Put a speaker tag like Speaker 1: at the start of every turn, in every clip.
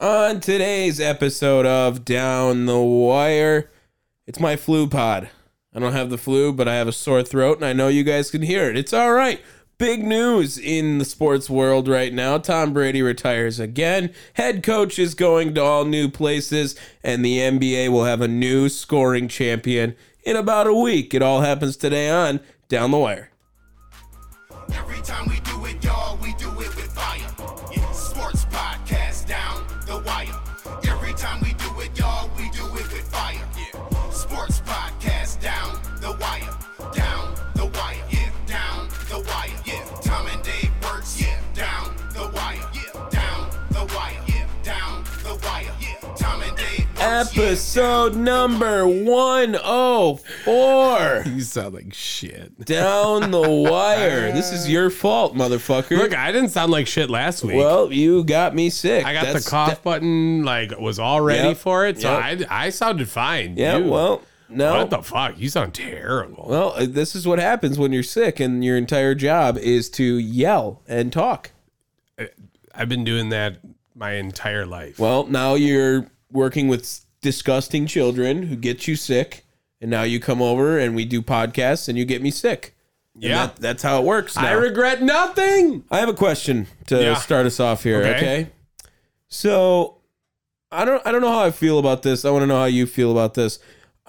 Speaker 1: On today's episode of Down the Wire, it's my flu pod. I don't have the flu, but I have a sore throat, and I know you guys can hear it. It's all right. Big news in the sports world right now. Tom Brady retires again. Head coach is going to all new places, and the NBA will have a new scoring champion in about a week. It all happens today on Down the Wire.
Speaker 2: Every time we do it, y'all, we do it with fire. Yeah, sports podcast down the wire. Every time we do it, y'all, we do it with fire. Yeah, sports podcast down the wire, down the wire, yeah, down the wire, yeah. Tom and Dave works, yeah, down the wire, yeah, down the wire, yeah, down the wire, yeah. Tom and Dave works, yeah.
Speaker 1: Episode number 104.
Speaker 3: You sound like shit.
Speaker 1: down the wire. This is your fault, motherfucker.
Speaker 3: Look, I didn't sound like shit last week.
Speaker 1: well, you got me sick.
Speaker 3: I got
Speaker 1: That's-
Speaker 3: the cough button, like was all ready
Speaker 1: Yep.
Speaker 3: for it, so
Speaker 1: Yep.
Speaker 3: I I sounded fine.
Speaker 1: yeah,
Speaker 3: You-
Speaker 1: well, no.
Speaker 3: what the fuck? You sound terrible.
Speaker 1: well, uh, this is what happens when you're sick and your entire job is to yell and talk.
Speaker 3: I've been doing that my entire life.
Speaker 1: Well, now you're working with s- disgusting children who get you sick, and now you come over and we do podcasts and you get me sick. And
Speaker 3: Yeah.
Speaker 1: that- that's how it works.
Speaker 3: I
Speaker 1: now.
Speaker 3: regret nothing.
Speaker 1: I have a question to
Speaker 3: Yeah.
Speaker 1: start us off here. Okay.
Speaker 3: Okay.
Speaker 1: So I don't I don't know how I feel about this. I want to know how you feel about this.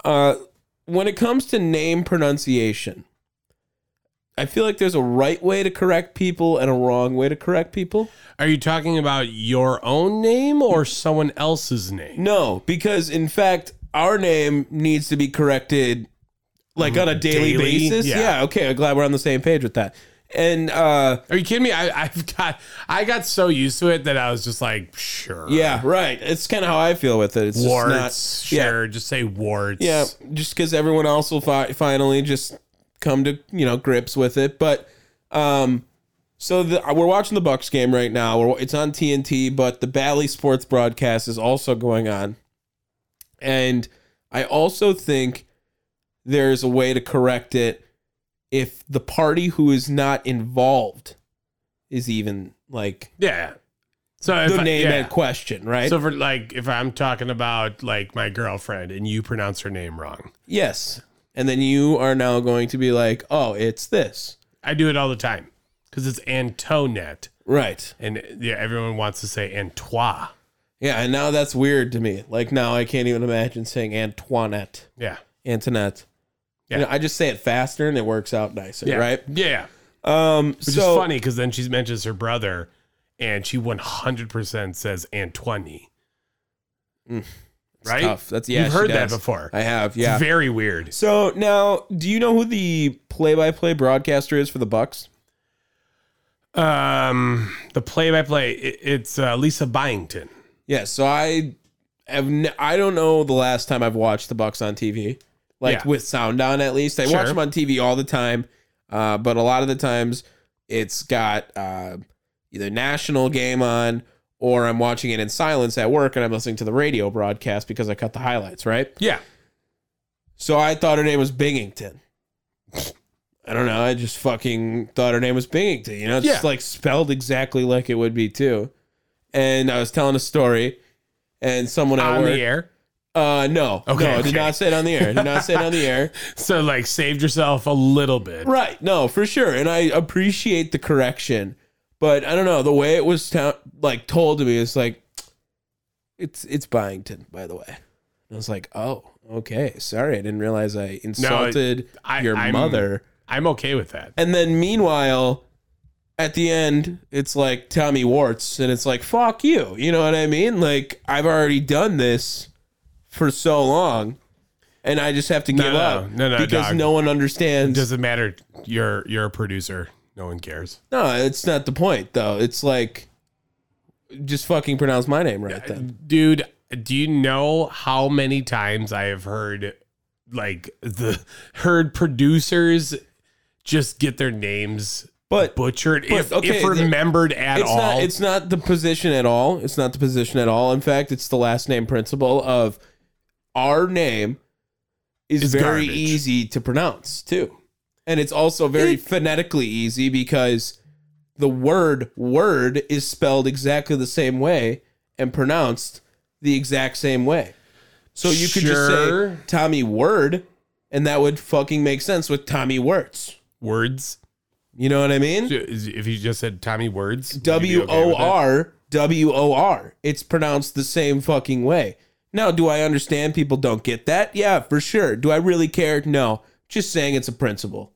Speaker 1: Uh, when it comes to name pronunciation, I feel like there's a right way to correct people and a wrong way to correct people.
Speaker 3: Are you talking about your own name or someone else's name?
Speaker 1: No, because in fact, our name needs to be corrected like on a daily,
Speaker 3: Mm-hmm. Daily?
Speaker 1: basis.
Speaker 3: Yeah.
Speaker 1: yeah, okay. I'm glad we're on the same page with that. And uh
Speaker 3: Are you kidding me? I, I've got I got so used to it that I was just like, sure.
Speaker 1: yeah, right. It's kind of how I feel with it. It's
Speaker 3: Uh. Warts,
Speaker 1: just not, yeah,
Speaker 3: sure. Just say warts.
Speaker 1: Yeah, just because everyone else will fi- finally just come to you know grips with it. But um, so the, uh, we're watching the Bucks game right now. We're, it's on TNT, but the Bally Sports broadcast is also going on, and I also think there's a way to correct it if the party who is not involved is even like
Speaker 3: Yeah. So if
Speaker 1: the
Speaker 3: I-
Speaker 1: name
Speaker 3: yeah.
Speaker 1: at question, right?
Speaker 3: So for like, if I'm talking about like my girlfriend and you pronounce her name wrong,
Speaker 1: yes, and then you are now going to be like, oh, it's this,
Speaker 3: I do it all the time because it's Antoinette,
Speaker 1: right?
Speaker 3: and yeah, everyone wants to say Antoine.
Speaker 1: Yeah, and now that's weird to me. Like now I can't even imagine saying Antoinette.
Speaker 3: Yeah,
Speaker 1: Antoinette. You
Speaker 3: Yeah.
Speaker 1: know, I just say it faster and it works out nicer,
Speaker 3: yeah,
Speaker 1: right?
Speaker 3: Yeah,
Speaker 1: Um
Speaker 3: which
Speaker 1: so
Speaker 3: is funny because then she mentions her brother, and she 100 percent says Antoine. right?
Speaker 1: Mm. tough. That's yeah.
Speaker 3: You've
Speaker 1: she
Speaker 3: heard that
Speaker 1: does.
Speaker 3: before.
Speaker 1: I have,
Speaker 3: It's
Speaker 1: yeah.
Speaker 3: very weird.
Speaker 1: so now do you know who the play by play broadcaster is for the Bucks?
Speaker 3: Um, the play-by-play, it, it's uh, Lisa Byington.
Speaker 1: Yeah, so I have n I don't know the last time I've watched the Bucks on TV. Like
Speaker 3: Yeah.
Speaker 1: with sound on at least. I watch
Speaker 3: Sure.
Speaker 1: them on TV all the time. Uh, but a lot of the times it's got uh, either national game on or I'm watching it in silence at work and I'm listening to the radio broadcast because I cut the highlights, right?
Speaker 3: Yeah,
Speaker 1: So I thought her name was Bingington. I don't know. I just fucking thought her name was Bingington. You know, it's
Speaker 3: Yeah.
Speaker 1: just like spelled exactly like it would be too. And I was telling a story, and someone at
Speaker 3: on
Speaker 1: work.
Speaker 3: the air.
Speaker 1: Uh, no,
Speaker 3: Okay,
Speaker 1: no, I did
Speaker 3: okay.
Speaker 1: not say it on the air. I Did not say it on the air.
Speaker 3: So like, saved yourself a little bit.
Speaker 1: Right? No, for sure. And I appreciate the correction, but I don't know the way it was to- like told to me. It's like it's it's Byington, by the way. And I was like, oh, okay, sorry, I didn't realize I insulted
Speaker 3: I-
Speaker 1: your
Speaker 3: I'm-
Speaker 1: mother.
Speaker 3: I'm okay with that.
Speaker 1: And then meanwhile, at the end, it's like Tommy Warts, and it's like, fuck you. You know what I mean? Like, I've already done this for so long, and I just have to give
Speaker 3: no,
Speaker 1: up
Speaker 3: no, no,
Speaker 1: because
Speaker 3: dog.
Speaker 1: no one understands.
Speaker 3: Doesn't matter. You're you're a producer. No one cares.
Speaker 1: no, it's not the point, though. It's like, just fucking pronounce my name right then.
Speaker 3: Dude, do you know how many times I have heard like the heard producers just get their names
Speaker 1: But
Speaker 3: butchered
Speaker 1: but,
Speaker 3: if,
Speaker 1: okay,
Speaker 3: if remembered at
Speaker 1: it's
Speaker 3: all?
Speaker 1: not it's not the position at all it's not the position at all in fact it's the last name principle of our name is
Speaker 3: It's
Speaker 1: very
Speaker 3: garbage.
Speaker 1: easy to pronounce too and it's also very phonetically easy because the word word is spelled exactly the same way and pronounced the exact same way. So you could
Speaker 3: Sure.
Speaker 1: just say Tommy Word, and that would fucking make sense with Tommy Wirtz.
Speaker 3: Words.
Speaker 1: You know what I mean?
Speaker 3: If you just said Tommy Words. would you be
Speaker 1: W
Speaker 3: okay
Speaker 1: O
Speaker 3: with it?
Speaker 1: R W O R. It's pronounced the same fucking way. Now, do I understand people don't get that? Yeah, for sure. Do I really care? No. Just saying it's a principle.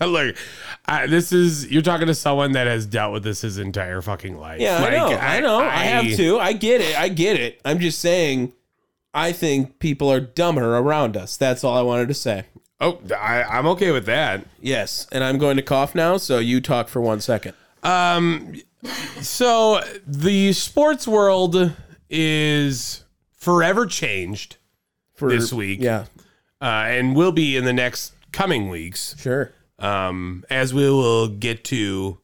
Speaker 3: Look, I, this is you're talking to someone that has dealt with this his entire fucking life.
Speaker 1: Yeah,
Speaker 3: Like,
Speaker 1: I know. I, know. I, have to. I get it. I get it. I'm just saying I think people are dumber around us. That's all I wanted to say.
Speaker 3: Oh, I, I'm okay with that.
Speaker 1: Yes, and I'm going to cough now, so you talk for one second.
Speaker 3: Um, so the sports world is forever changed,
Speaker 1: For
Speaker 3: This week.
Speaker 1: Yeah.
Speaker 3: uh, and will be in the next coming weeks.
Speaker 1: Sure.
Speaker 3: Um, as we will get to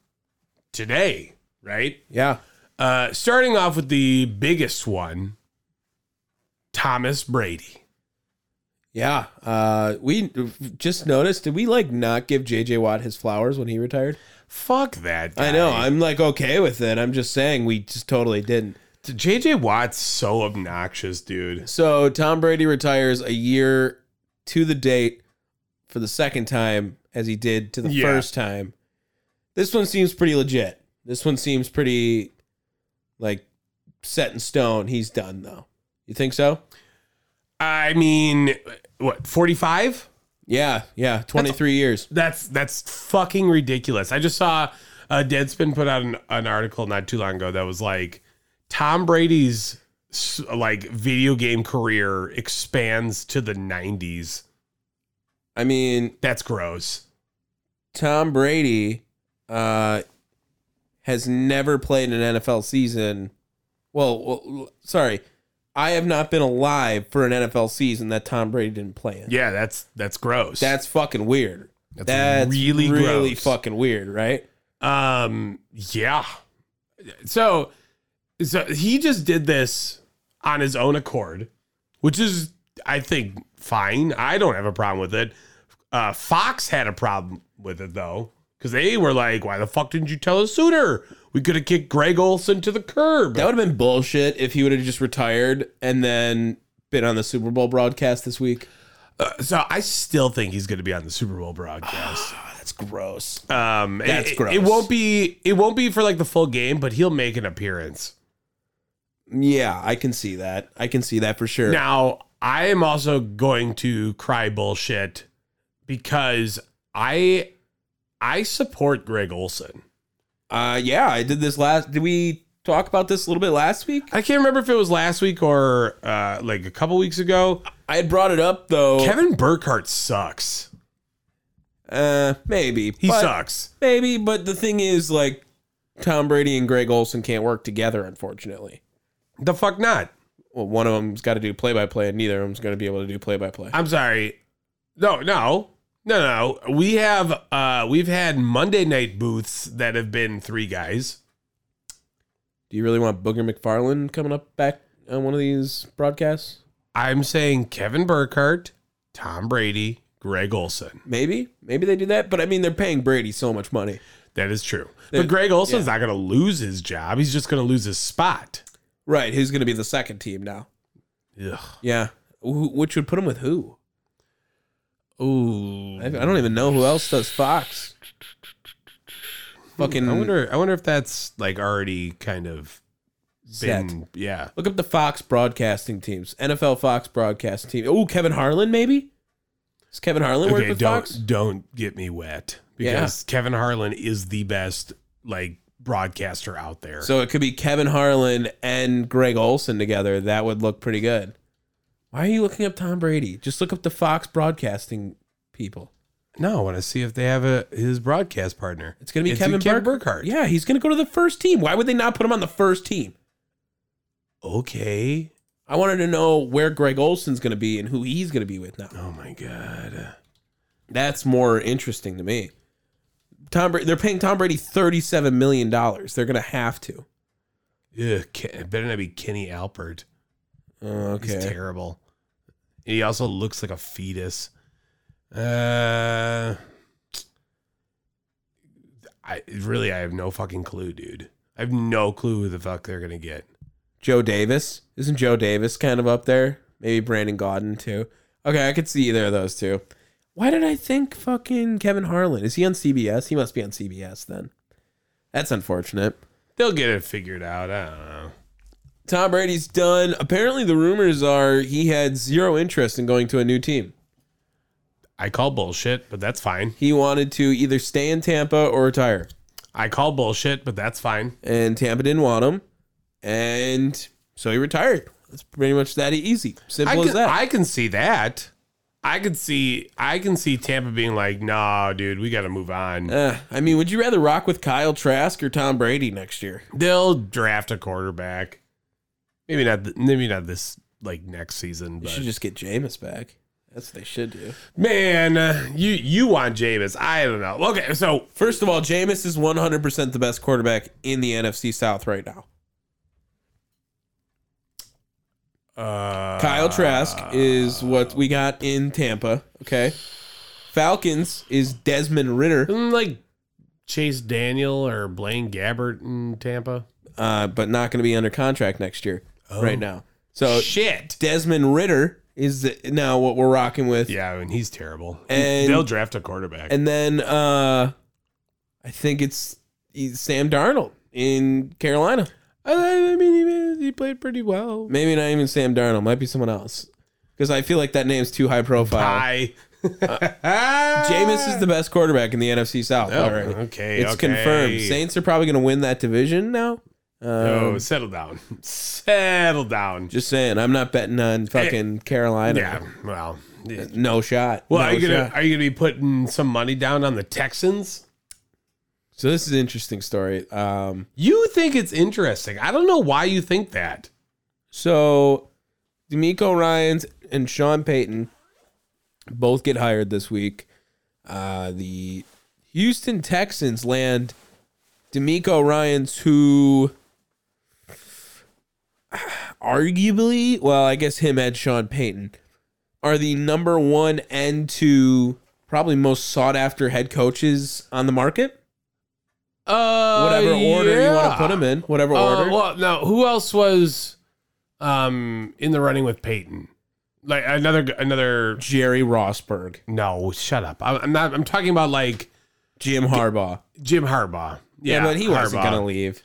Speaker 3: today, right?
Speaker 1: Yeah.
Speaker 3: Uh, starting off with the biggest one, Thomas Brady.
Speaker 1: Yeah. Uh, we just noticed. Did we like not give JJ Watt his flowers when he retired?
Speaker 3: Fuck that. Guy.
Speaker 1: I know. I'm like okay with it. I'm just saying we just totally didn't.
Speaker 3: JJ Watt's so obnoxious, dude.
Speaker 1: So Tom Brady retires a year to the date for the second time as he did to the
Speaker 3: Yeah.
Speaker 1: first time. This one seems pretty legit. This one seems pretty like set in stone. He's done though. You think so?
Speaker 3: I mean, what, 45?
Speaker 1: Yeah, yeah. 23 years.
Speaker 3: That's that's fucking ridiculous. I just saw uh, Deadspin put out an, an article not too long ago that was like Tom Brady's s- like video game career expands to the 90s.
Speaker 1: I mean,
Speaker 3: That's gross.
Speaker 1: Tom Brady uh, has never played an NFL season. Well, well, sorry, I have not been alive for an NFL season that Tom Brady didn't play in.
Speaker 3: Yeah, that's that's gross.
Speaker 1: That's fucking weird.
Speaker 3: That's
Speaker 1: That's,
Speaker 3: really
Speaker 1: really, really
Speaker 3: gross.
Speaker 1: fucking weird, right?
Speaker 3: Um, yeah. So, so he just did this on his own accord, which is, I think, fine. I don't have a problem with it. Uh, Fox had a problem with it though, because they were like, "Why the fuck didn't you tell us sooner? We could have kicked Greg Olson to the curb."
Speaker 1: That would have been bullshit if he would have just retired and then been on the Super Bowl broadcast this week.
Speaker 3: Uh, so I still think he's going to be on the Super Bowl broadcast.
Speaker 1: Ah, That's gross.
Speaker 3: Um, it-
Speaker 1: That's
Speaker 3: it-
Speaker 1: gross.
Speaker 3: It won't be. It won't be for like the full game, but he'll make an appearance.
Speaker 1: Yeah, I can see that. I can see that for sure.
Speaker 3: Now, I am also going to cry bullshit because I I support Greg Olson.
Speaker 1: Uh, yeah, I did this last. Did we talk about this a little bit last week?
Speaker 3: I can't remember if it was last week or uh, like a couple weeks ago.
Speaker 1: I had brought it up though.
Speaker 3: Kevin Burkhardt sucks.
Speaker 1: Uh, maybe
Speaker 3: He
Speaker 1: but,
Speaker 3: sucks.
Speaker 1: Maybe, but the thing is, like, Tom Brady and Greg Olson can't work together. Unfortunately,
Speaker 3: The fuck not.
Speaker 1: well, one of them's got to do play by play, and neither of them's going to be able to do play by play.
Speaker 3: I'm sorry. No, no. No, no. We have uh we've had Monday night booths that have been three guys.
Speaker 1: Do you really want Booger McFarland coming up back on one of these broadcasts?
Speaker 3: I'm saying Kevin Burkhardt, Tom Brady, Greg Olson.
Speaker 1: Maybe, maybe they do that. But I mean, they're paying Brady so much money.
Speaker 3: That is true.
Speaker 1: There-
Speaker 3: but Greg Olson's not going to lose his job. He's just going to lose his spot.
Speaker 1: Right? Who's going to be the second team now?
Speaker 3: Ugh.
Speaker 1: Yeah, Wh- which would put him with who?
Speaker 3: Ooh.
Speaker 1: I I don't even know who else does Fox. Fucking
Speaker 3: I wonder. I wonder if that's like already kind of
Speaker 1: set.
Speaker 3: been. Yeah.
Speaker 1: Look up the Fox broadcasting teams. NFL Fox broadcasting team. Oh, Kevin Harlan, maybe? Does Kevin Harlan work
Speaker 3: Okay.
Speaker 1: with
Speaker 3: Don't
Speaker 1: Fox?
Speaker 3: don't get me wet because Kevin Harlan is the best like broadcaster out there.
Speaker 1: So it could be Kevin Harlan and Greg Olson together. That would look pretty good. Why are you looking up Tom Brady? Just look up the Fox broadcasting people.
Speaker 3: no, I want to see if they have a his broadcast partner.
Speaker 1: It's going to be Kevin, Burkhardt. Yeah, he's going to go to the first team. Why would they not put him on the first team?
Speaker 3: Okay.
Speaker 1: I wanted to know where Greg Olson's going to be and who he's going to be with now.
Speaker 3: Oh my god.
Speaker 1: That's more interesting to me. Tom Brady, they're paying Tom Brady $37 million. They're going to have to.
Speaker 3: Ugh, Ke- it better not be Kenny Alpert.
Speaker 1: Oh,
Speaker 3: He's
Speaker 1: okay.
Speaker 3: terrible. He also looks like a fetus. Uh, I really, I have no fucking clue, dude. I have no clue who the fuck they're gonna get.
Speaker 1: Joe Davis. Isn't Joe Davis kind of up there? Maybe Brandon Godden too. Okay, I could see either of those two. Why did I think fucking Kevin Harlan? Is he on CBS? He must be on CBS then. That's unfortunate.
Speaker 3: They'll get it figured out. I don't know.
Speaker 1: Tom Brady's done. Apparently, the rumors are he had zero interest in going to a new team.
Speaker 3: I call bullshit, but that's fine.
Speaker 1: He wanted to either stay in Tampa or retire,
Speaker 3: I call bullshit, but that's fine.
Speaker 1: and Tampa didn't want him, and so he retired. It's pretty much that easy,
Speaker 3: I
Speaker 1: simple as
Speaker 3: can,
Speaker 1: that.
Speaker 3: I can see that. I can see I can see Tampa being like, nah, dude, we gotta move on.
Speaker 1: Uh, I mean, would you rather rock with Kyle Trask or Tom Brady next year?
Speaker 3: They'll draft a quarterback. Maybe not. th- Maybe not this like next season.
Speaker 1: You
Speaker 3: But
Speaker 1: should just get Jameis back. That's what they should do.
Speaker 3: man, uh, you you want Jameis? I don't know. Okay, so
Speaker 1: First of all, Jameis is 100% the best quarterback in the NFC South right now.
Speaker 3: uh,
Speaker 1: Kyle Trask is what we got in Tampa. Okay. Falcons is Desmond Ritter,
Speaker 3: isn't, mm, like Chase Daniel or Blaine Gabbert in Tampa.
Speaker 1: uh, but not going to be under contract next year right now. So
Speaker 3: Shit.
Speaker 1: Desmond Ritter is the, now what we're rocking with.
Speaker 3: Yeah, I mean he's terrible.
Speaker 1: And-
Speaker 3: They'll draft a quarterback.
Speaker 1: And then uh, I think it's Sam Darnold in Carolina.
Speaker 3: I I mean, he, he played pretty well.
Speaker 1: Maybe not even Sam Darnold. Might be someone else. Because I feel like that name's too high profile.
Speaker 3: Hi.
Speaker 1: Uh, Jameis is the best quarterback in the NFC South.
Speaker 3: Oh,
Speaker 1: already.
Speaker 3: okay,
Speaker 1: It's
Speaker 3: okay.
Speaker 1: confirmed. Saints are probably going to win that division now. Um,
Speaker 3: Oh, settle down. Settle down.
Speaker 1: Just saying. I'm not betting on fucking Carolina.
Speaker 3: Eh. Yeah. Well. yeah.
Speaker 1: No shot.
Speaker 3: Well,
Speaker 1: No
Speaker 3: are you gonna
Speaker 1: shot.
Speaker 3: are you gonna be putting some money down on the Texans?
Speaker 1: So this is an interesting story. Um,
Speaker 3: You think it's interesting? I don't know why you think that.
Speaker 1: so D'Amico Ryan's and Sean Payton both get hired this week. Uh, the Houston Texans land D'Amico Ryan's, who arguably, well, I guess him and Sean Payton are the number one and two, probably most sought after head coaches on the market.
Speaker 3: Uh,
Speaker 1: Whatever order you want to put them in, whatever order.
Speaker 3: well, no. Who else was um in the running with Peyton? Like another another.
Speaker 1: Jerry Rossberg,
Speaker 3: No, shut up. I'm, I'm not. I'm talking about like
Speaker 1: Jim Harbaugh.
Speaker 3: Jim Harbaugh.
Speaker 1: Yeah, but he wasn't
Speaker 3: Harbaugh.
Speaker 1: going to leave.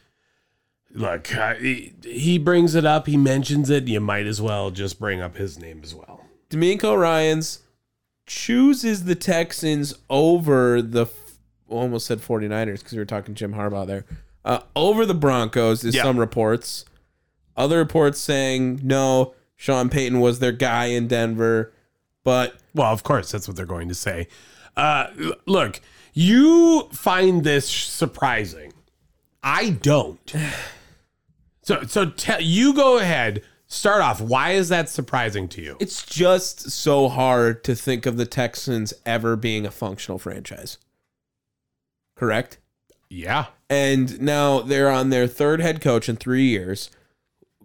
Speaker 3: Look, I, he, he brings it up. He mentions it. You might as well just bring up his name as well.
Speaker 1: D'Amico Ryans chooses the Texans over the almost said 49ers because we were talking Jim Harbaugh there. Uh, over the Broncos is
Speaker 3: Yeah.
Speaker 1: some reports. Other reports saying no, Sean Payton was their guy in Denver, but
Speaker 3: Well, of course, that's what they're going to say. Uh, l- look, you find this surprising. I don't. So, so tell you go ahead. Start off. Why is that surprising to you?
Speaker 1: it's just so hard to think of the Texans ever being a functional franchise. Correct?
Speaker 3: Yeah,
Speaker 1: And now they're on their third head coach in 3 years.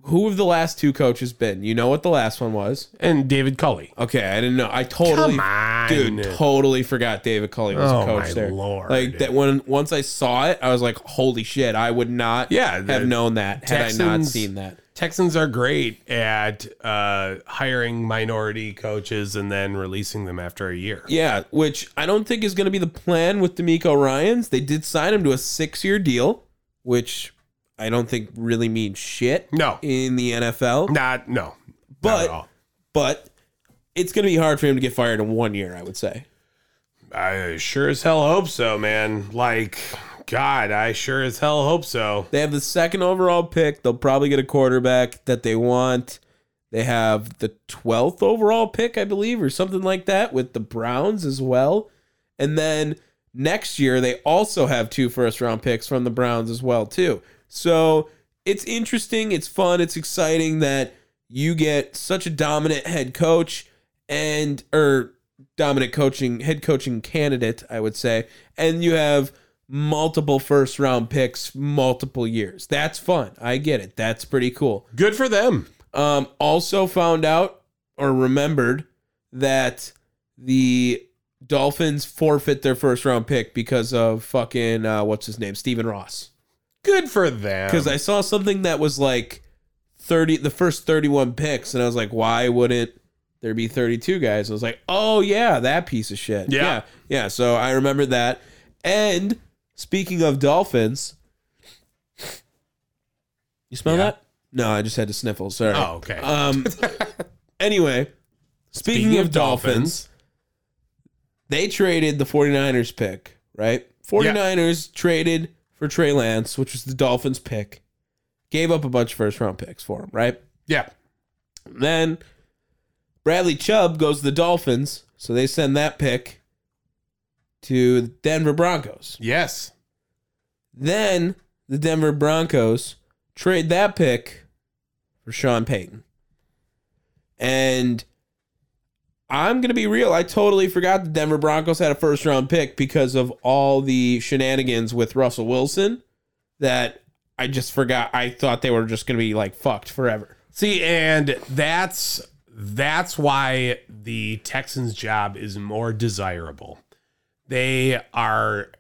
Speaker 1: Who have the last two coaches been? You know what the last one was?
Speaker 3: and David Culley.
Speaker 1: Okay, I didn't know. I totally,
Speaker 3: Come on,
Speaker 1: dude, totally forgot David Culley was
Speaker 3: Oh,
Speaker 1: a coach
Speaker 3: my
Speaker 1: there.
Speaker 3: Lord.
Speaker 1: Like that when once I saw it, I was like, "Holy shit!" I would not,
Speaker 3: Yeah, the
Speaker 1: have known that had I not
Speaker 3: Texans-
Speaker 1: seen that.
Speaker 3: Texans are great at uh, hiring minority coaches and then releasing them after a year.
Speaker 1: Yeah, which I don't think is going to be the plan with D'Amico Ryan's. They did sign him to a six-year deal, which I don't think really means shit
Speaker 3: No,
Speaker 1: in the NFL.
Speaker 3: not no, not
Speaker 1: But-
Speaker 3: at all.
Speaker 1: But it's going to be hard for him to get fired in one year. I would say.
Speaker 3: I sure as hell hope so, man. Like, God, I sure as hell hope so.
Speaker 1: They have the second overall pick. They'll probably get a quarterback that they want. They have the 12th overall pick, I believe, or something like that with the Browns as well. And then next year they also have two first round picks from the Browns as well too. So, it's interesting, it's fun, it's exciting that you get such a dominant head coach and or dominant coaching head coaching candidate, I would say, and you have multiple first round picks multiple years. That's fun. I get it. That's pretty cool.
Speaker 3: Good for them.
Speaker 1: Um, also found out or remembered that the Dolphins forfeit their first round pick because of fucking uh, what's his name, Stephen Ross.
Speaker 3: Good for them.
Speaker 1: because I saw something that was like thirty, the first thirty-one picks, and I was like, why wouldn't there be thirty-two guys? I was like, oh yeah, that piece of shit.
Speaker 3: Yeah.
Speaker 1: yeah, yeah. So I remember that. And speaking of dolphins, you smell
Speaker 3: Yeah.
Speaker 1: that? No, I just had to sniffle. Sorry.
Speaker 3: Oh, okay.
Speaker 1: Um. anyway, speaking, of, dolphins they traded the 49ers pick, right? 49ers traded for Trey Lance, which was the Dolphins pick, gave up a bunch of first round picks for him, right?
Speaker 3: yeah.
Speaker 1: Then Bradley Chubb goes to the Dolphins, so they send that pick to the Denver Broncos.
Speaker 3: Yes.
Speaker 1: Then the Denver Broncos trade that pick for Sean Payton. And I'm going to be real. I totally forgot the Denver Broncos had a first round pick because of all the shenanigans with Russell Wilson that I just forgot. I thought they were just going to be like fucked forever.
Speaker 3: See, and that's that's why the Texans job is more desirable. They are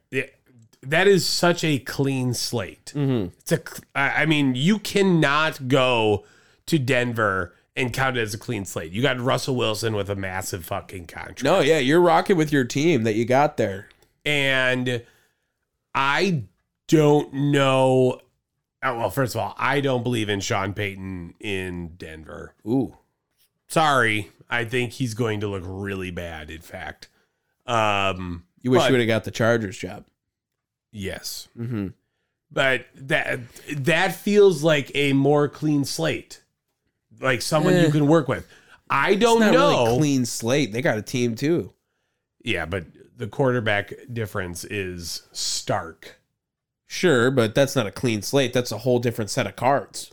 Speaker 3: that is such a clean slate. It's a cl- I I mean, you cannot go to Denver and count it as a clean slate. You got Russell Wilson with a massive fucking contract.
Speaker 1: No, yeah, you're rocking with your team that you got there.
Speaker 3: and I don't know. oh, well, first of all, I don't believe in Sean Payton in Denver.
Speaker 1: Ooh.
Speaker 3: Sorry, I think he's going to look really bad. In fact, um,
Speaker 1: You wish
Speaker 3: But-
Speaker 1: you would have got the Chargers job.
Speaker 3: yes,
Speaker 1: Mm-hmm.
Speaker 3: but that that feels like a more clean slate, like someone
Speaker 1: Eh.
Speaker 3: you can work with. I don't
Speaker 1: Not
Speaker 3: know.
Speaker 1: really clean slate. They got a team too.
Speaker 3: Yeah, but the quarterback difference is stark.
Speaker 1: Sure, but that's not a clean slate. That's a whole different set of cards.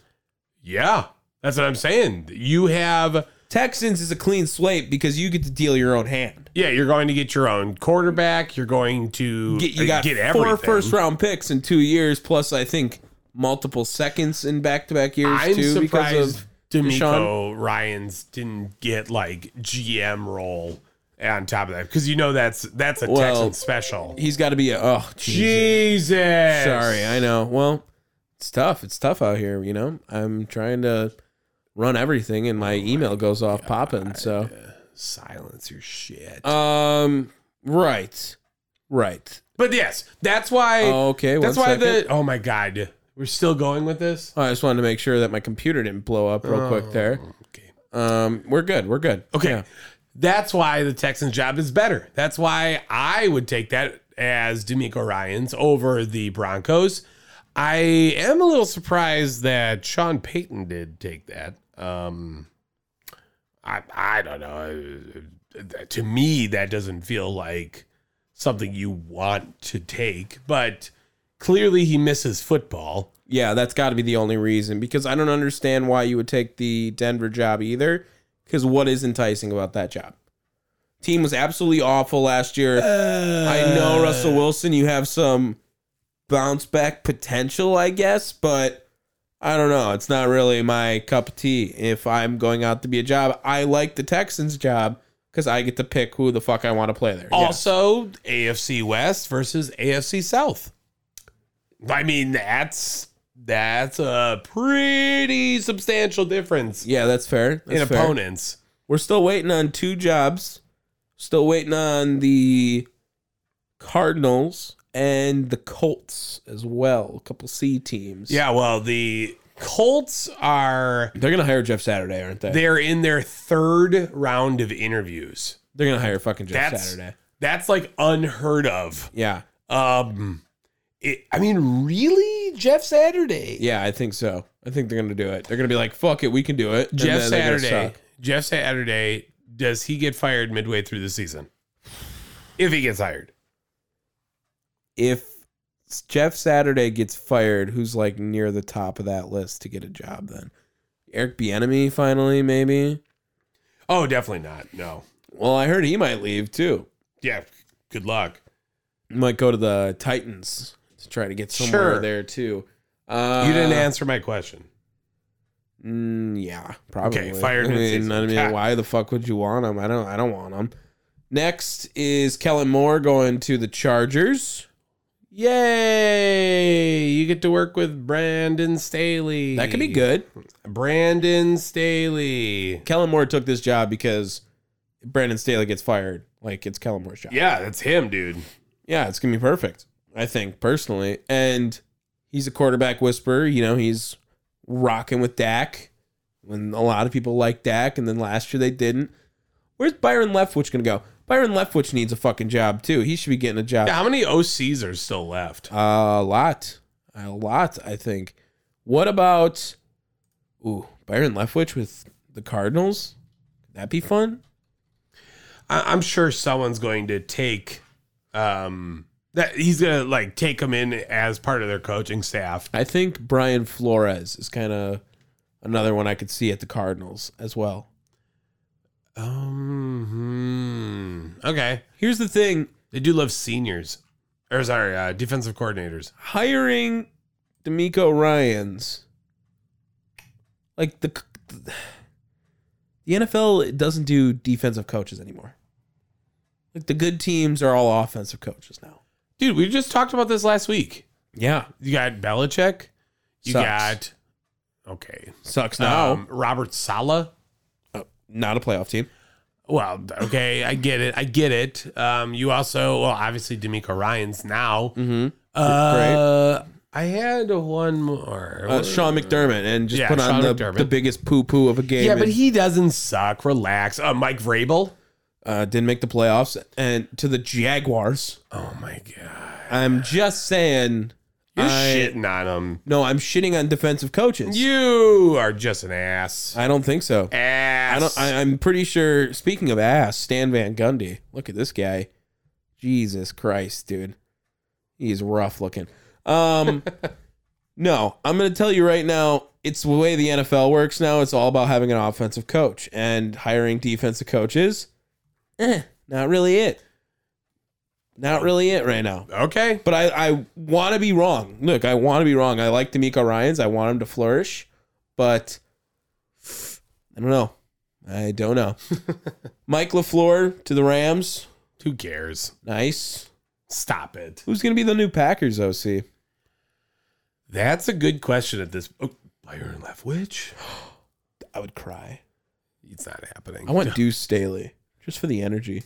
Speaker 3: Yeah, that's what I'm saying. You have.
Speaker 1: Texans is a clean slate because you get to deal your own hand.
Speaker 3: Yeah, you're going to get your own quarterback. You're going to
Speaker 1: Get, you got
Speaker 3: get
Speaker 1: four
Speaker 3: everything.
Speaker 1: first round picks in two years, plus I think multiple seconds in back to back years
Speaker 3: I'm
Speaker 1: too.
Speaker 3: surprised D'Amico
Speaker 1: Deshaun.
Speaker 3: Ryan's didn't get like GM role on top of that because you know that's that's a
Speaker 1: Well,
Speaker 3: Texan special.
Speaker 1: he's got to be a oh Jesus.
Speaker 3: Jesus,
Speaker 1: Sorry, I know. Well, it's tough. It's tough out here. You know, I'm trying to run everything, and my email goes off popping. So,
Speaker 3: silence your shit.
Speaker 1: um, right, right.
Speaker 3: but yes, that's why.
Speaker 1: Okay,
Speaker 3: that's
Speaker 1: one
Speaker 3: why
Speaker 1: second.
Speaker 3: the. Oh my god, we're still going with this.
Speaker 1: Oh, I just wanted to make sure that my computer didn't blow up real quick there.
Speaker 3: Oh, Okay.
Speaker 1: Um, we're good. We're good.
Speaker 3: Okay.
Speaker 1: Yeah.
Speaker 3: That's why the Texans job is better. That's why I would take that as D'Amico Ryan's over the Broncos. I am a little surprised that Sean Payton did take that. Um, I I don't know. Uh, To me, that doesn't feel like something you want to take. But clearly, he misses football.
Speaker 1: Yeah, that's got to be the only reason because I don't understand why you would take the Denver job either. Because what is enticing about that job? Team was absolutely awful last year. I know
Speaker 3: Uh.
Speaker 1: Russell Wilson, you have some bounce back potential, I guess, but I don't know. It's not really my cup of tea. If I'm going out to be a job, I like the Texans job because I get to pick who the fuck I want to play there. Yeah.
Speaker 3: Also, AFC West versus AFC South. I mean, that's that's a pretty substantial difference
Speaker 1: Yeah, that's fair. That's
Speaker 3: in
Speaker 1: fair.
Speaker 3: opponents.
Speaker 1: We're still waiting on two jobs. Still waiting on the Cardinals and the Colts as well. A couple C teams.
Speaker 3: Yeah, well, the Colts are
Speaker 1: They're gonna hire Jeff Saturday, aren't they? they
Speaker 3: they're in their third round of interviews.
Speaker 1: are gonna hire fucking Jeff
Speaker 3: That's
Speaker 1: Saturday.
Speaker 3: that's like unheard of.
Speaker 1: Yeah.
Speaker 3: Um it, I mean, really, Jeff Saturday.
Speaker 1: Yeah, I think so. I think they're gonna do it. They're gonna be like, fuck it, we can do it. and
Speaker 3: Jeff
Speaker 1: then they're gonna
Speaker 3: Saturday.
Speaker 1: suck.
Speaker 3: Jeff Saturday. Does he get fired midway through the season? If he gets hired,
Speaker 1: If Jeff Saturday gets fired, who's like near the top of that list to get a job then? Eric Bieniemy finally, maybe?
Speaker 3: oh, definitely not. No.
Speaker 1: Well, I heard he might leave too.
Speaker 3: Yeah. Good luck.
Speaker 1: might go to the Titans to try to get somewhere
Speaker 3: Sure.
Speaker 1: there too. Uh,
Speaker 3: you didn't answer my question.
Speaker 1: Mm, yeah, probably.
Speaker 3: Okay, fired
Speaker 1: I
Speaker 3: mid-season.
Speaker 1: mean, I mean,
Speaker 3: Cat.
Speaker 1: why the fuck would you want him? I don't. I don't want him. Next is Kellen Moore going to the Chargers.
Speaker 3: Yay! You get to work with Brandon Staley.
Speaker 1: That could be good.
Speaker 3: Brandon Staley.
Speaker 1: Kellen Moore took this job because Brandon Staley gets fired. Like it's Kellen Moore's job.
Speaker 3: Yeah, that's him, dude.
Speaker 1: Yeah, it's gonna be perfect. I think personally, and he's a quarterback whisperer. You know, he's rocking with Dak when a lot of people like Dak, and then last year they didn't. Where's Byron Leftwich gonna go? Byron Leftwich needs a fucking job too. He should be getting a job.
Speaker 3: Yeah, how many OCs are still left?
Speaker 1: A lot. A lot, I think. What about ooh, Byron Leftwich with the Cardinals? Could that be fun?
Speaker 3: I, I'm sure someone's going to take um that he's gonna like take him in as part of their coaching staff.
Speaker 1: I think Brian Flores is kind of another one I could see at the Cardinals as well.
Speaker 3: Mm-hmm. Um hmm. okay.
Speaker 1: Here's the thing,
Speaker 3: They do love seniors. Or sorry, uh, defensive coordinators.
Speaker 1: hiring D'Amico Ryans like the the NFL doesn't do defensive coaches anymore. Like the good teams are all offensive coaches now.
Speaker 3: Dude, we just talked about this last week.
Speaker 1: Yeah,
Speaker 3: You got Belichick. You
Speaker 1: Sucks.
Speaker 3: got okay.
Speaker 1: sucks now.
Speaker 3: Um, Robert Sala.
Speaker 1: Not a playoff team.
Speaker 3: Well, okay, I get it. I get it. Um, you also well, obviously D'Amico Ryan's now.
Speaker 1: Mm-hmm.
Speaker 3: Uh, I had one more.
Speaker 1: Uh, Sean McDermott and just
Speaker 3: Yeah,
Speaker 1: put on
Speaker 3: Sean
Speaker 1: the,
Speaker 3: McDermott.
Speaker 1: the biggest poo poo of a game.
Speaker 3: yeah, but
Speaker 1: and,
Speaker 3: he doesn't suck. Relax. Uh, Mike Vrabel.
Speaker 1: uh, didn't make the playoffs and to the Jaguars.
Speaker 3: Oh my god,
Speaker 1: I'm just saying.
Speaker 3: you're
Speaker 1: I-
Speaker 3: shitting on him.
Speaker 1: No, I'm shitting on defensive coaches.
Speaker 3: You are just an ass.
Speaker 1: I don't think so.
Speaker 3: ass.
Speaker 1: I don't. I, I'm pretty sure. Speaking of ass, Stan Van Gundy. Look at this guy. Jesus Christ, dude. He's rough looking. Um, no, I'm gonna tell you right now. It's the way the NFL works now. It's all about having an offensive coach and hiring defensive coaches. Eh, not really it. Not really it right now.
Speaker 3: okay.
Speaker 1: But I, I want to be wrong. Look, I want to be wrong. I like D'Amico Ryan's. I want him to flourish, but I don't know. I don't know. Mike LaFleur to the Rams.
Speaker 3: Who cares?
Speaker 1: Nice.
Speaker 3: Stop it.
Speaker 1: Who's going to be the new Packers OC?
Speaker 3: That's a good question at this. Oh, Byron Leftwich.
Speaker 1: I would cry.
Speaker 3: It's not happening.
Speaker 1: I want Deuce Staley just for the energy.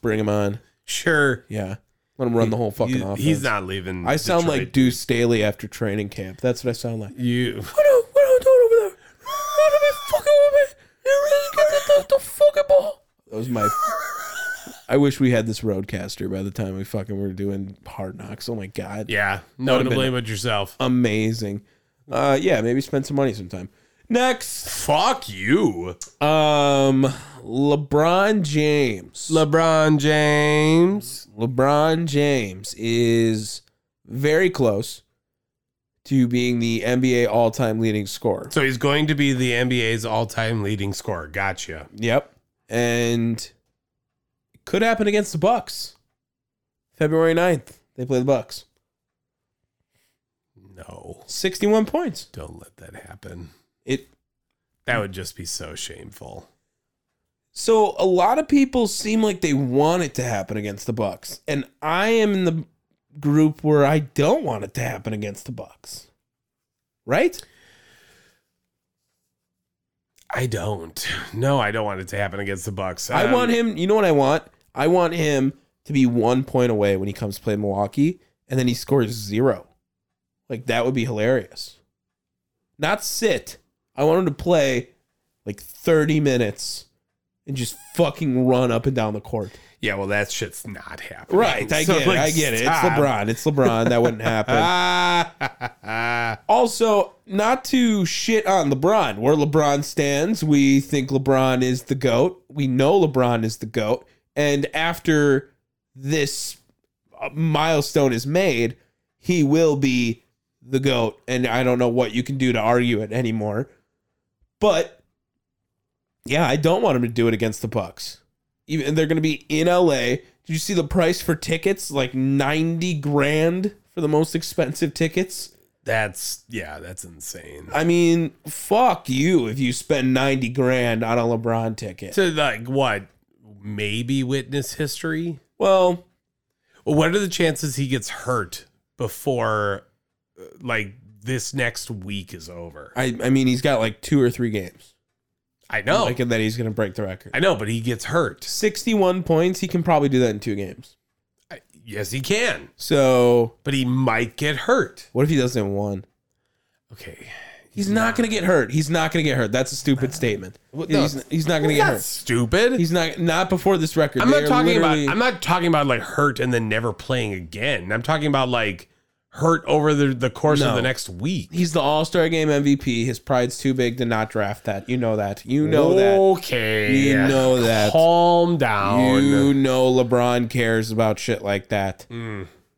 Speaker 1: Bring him on.
Speaker 3: sure.
Speaker 1: Yeah. Let him run the whole fucking
Speaker 3: He-
Speaker 1: offense.
Speaker 3: He's not leaving.
Speaker 1: I sound
Speaker 3: Detroit.
Speaker 1: like Deuce Staley after training camp. That's what I sound like.
Speaker 3: you.
Speaker 1: What are, what are you doing over there? What are you fucking with me? You really get the, the fucking ball. That was my. I wish we had this roadcaster by the time we fucking were doing hard knocks. Oh my god,
Speaker 3: Yeah, no one to
Speaker 1: been-
Speaker 3: blame but yourself.
Speaker 1: amazing. Uh, yeah, maybe spend some money sometime. Next,
Speaker 3: Fuck you,
Speaker 1: um, LeBron James.
Speaker 3: LeBron James.
Speaker 1: LeBron James is very close to being the NBA all-time leading scorer.
Speaker 3: So he's going to be the NBA's all-time leading scorer. Gotcha.
Speaker 1: Yep. And it could happen against the Bucks. February 9th, they play the Bucks.
Speaker 3: No,
Speaker 1: 61 points.
Speaker 3: don't let that happen.
Speaker 1: It
Speaker 3: That would just be so shameful.
Speaker 1: so a lot of people seem like they want it to happen against the Bucks, and I am in the group where I don't want it to happen against the Bucks. Right?
Speaker 3: I don't. No, I don't want it to happen against the Bucks.
Speaker 1: I
Speaker 3: Um,
Speaker 1: want him, you know what I want? I want him to be 1 point away when he comes to play Milwaukee and then he scores 0. Like that would be hilarious. Not sit. I want him to play like 30 minutes and just fucking run up and down the court.
Speaker 3: Yeah, well, that shit's not happening.
Speaker 1: Right, I
Speaker 3: So,
Speaker 1: get
Speaker 3: like,
Speaker 1: it. I get it. It's
Speaker 3: stop.
Speaker 1: LeBron. It's LeBron. That wouldn't happen. Also, not to shit on LeBron. Where LeBron stands, we think LeBron is the GOAT. We know LeBron is the GOAT. And after this uh, milestone is made, he will be the GOAT. And I don't know what you can do to argue it anymore. But yeah, I don't want him to do it against the Bucks. Even and they're going to be in LA. Did you see the price for tickets? Like 90 grand for the most expensive tickets.
Speaker 3: That's yeah, that's insane.
Speaker 1: I mean, fuck you if you spend 90 grand on a LeBron ticket.
Speaker 3: To like what? Maybe witness history.
Speaker 1: Well,
Speaker 3: What are the chances he gets hurt before uh, like this next week is over?
Speaker 1: I, I mean, he's got like two or three games.
Speaker 3: I know.
Speaker 1: Like, and then he's going to break the record.
Speaker 3: Oh. I know, but he gets hurt.
Speaker 1: 61 points. He can probably do that in two games.
Speaker 3: I- Yes, he can,
Speaker 1: So,
Speaker 3: but he might get hurt.
Speaker 1: what if he does it in one?
Speaker 3: Okay.
Speaker 1: He's not going to get hurt. He's not going to get hurt. That's a stupid statement.
Speaker 3: no.
Speaker 1: He's, he's not going to get
Speaker 3: That's
Speaker 1: hurt.
Speaker 3: stupid.
Speaker 1: He's not not before this record.
Speaker 3: I'm
Speaker 1: They
Speaker 3: not
Speaker 1: are
Speaker 3: talking about
Speaker 1: literally-
Speaker 3: I'm not talking about like hurt and then never playing again. I'm talking about like hurt over the, the course
Speaker 1: No.
Speaker 3: of the next week.
Speaker 1: he's the All Star Game MVP. His pride's too big to not draft that. You know that. You know that.
Speaker 3: Okay.
Speaker 1: You know that.
Speaker 3: Calm down.
Speaker 1: You know LeBron cares about shit like that.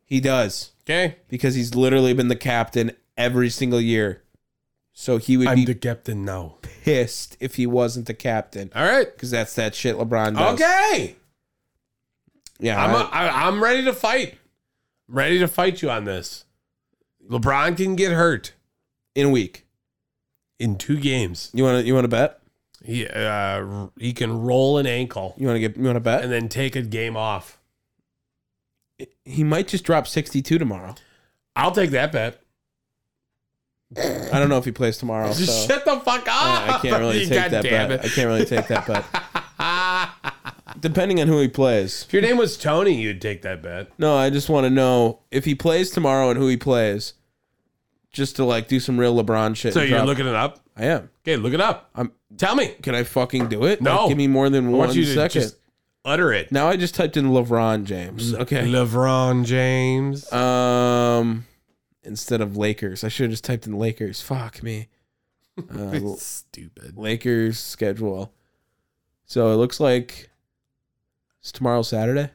Speaker 1: He does
Speaker 3: Mm, okay.
Speaker 1: because he's literally been the captain every single year. So he would
Speaker 3: I'm
Speaker 1: be
Speaker 3: the captain now.
Speaker 1: pissed if he wasn't the captain
Speaker 3: All right.
Speaker 1: because that's that shit LeBron does.
Speaker 3: Okay.
Speaker 1: Yeah.
Speaker 3: I'm a,
Speaker 1: I-
Speaker 3: I, I'm ready to fight. Ready to fight you on this. LeBron can get hurt
Speaker 1: in a week.
Speaker 3: in two games.
Speaker 1: You want to you want to bet?
Speaker 3: He uh, r- he can roll an ankle
Speaker 1: You want to get you want to bet?
Speaker 3: and then take a game off.
Speaker 1: he might just drop 62 tomorrow.
Speaker 3: I'll take that bet.
Speaker 1: I don't know if he plays tomorrow.
Speaker 3: Just
Speaker 1: so-
Speaker 3: shut the fuck up.
Speaker 1: Yeah, I can't really
Speaker 3: You
Speaker 1: take that
Speaker 3: goddamn
Speaker 1: bet.
Speaker 3: it.
Speaker 1: I can't really take that bet. Depending on who he plays.
Speaker 3: If your name was Tony, you'd take that bet.
Speaker 1: No, I just want to know if he plays tomorrow and who he plays, just to like do some real LeBron shit.
Speaker 3: So
Speaker 1: and
Speaker 3: you're
Speaker 1: drop-
Speaker 3: looking it up.
Speaker 1: I am.
Speaker 3: Okay, look it up.
Speaker 1: I'm.
Speaker 3: Tell me.
Speaker 1: Can I fucking do it?
Speaker 3: No.
Speaker 1: Like, give me more than
Speaker 3: I
Speaker 1: one
Speaker 3: want you
Speaker 1: second.
Speaker 3: to just utter it.
Speaker 1: now I just typed in LeBron James. Okay.
Speaker 3: LeBron James.
Speaker 1: um, instead of Lakers, I should have just typed in Lakers. Fuck me. Uh,
Speaker 3: Stupid.
Speaker 1: Lakers schedule. So it looks like it's tomorrow Saturday.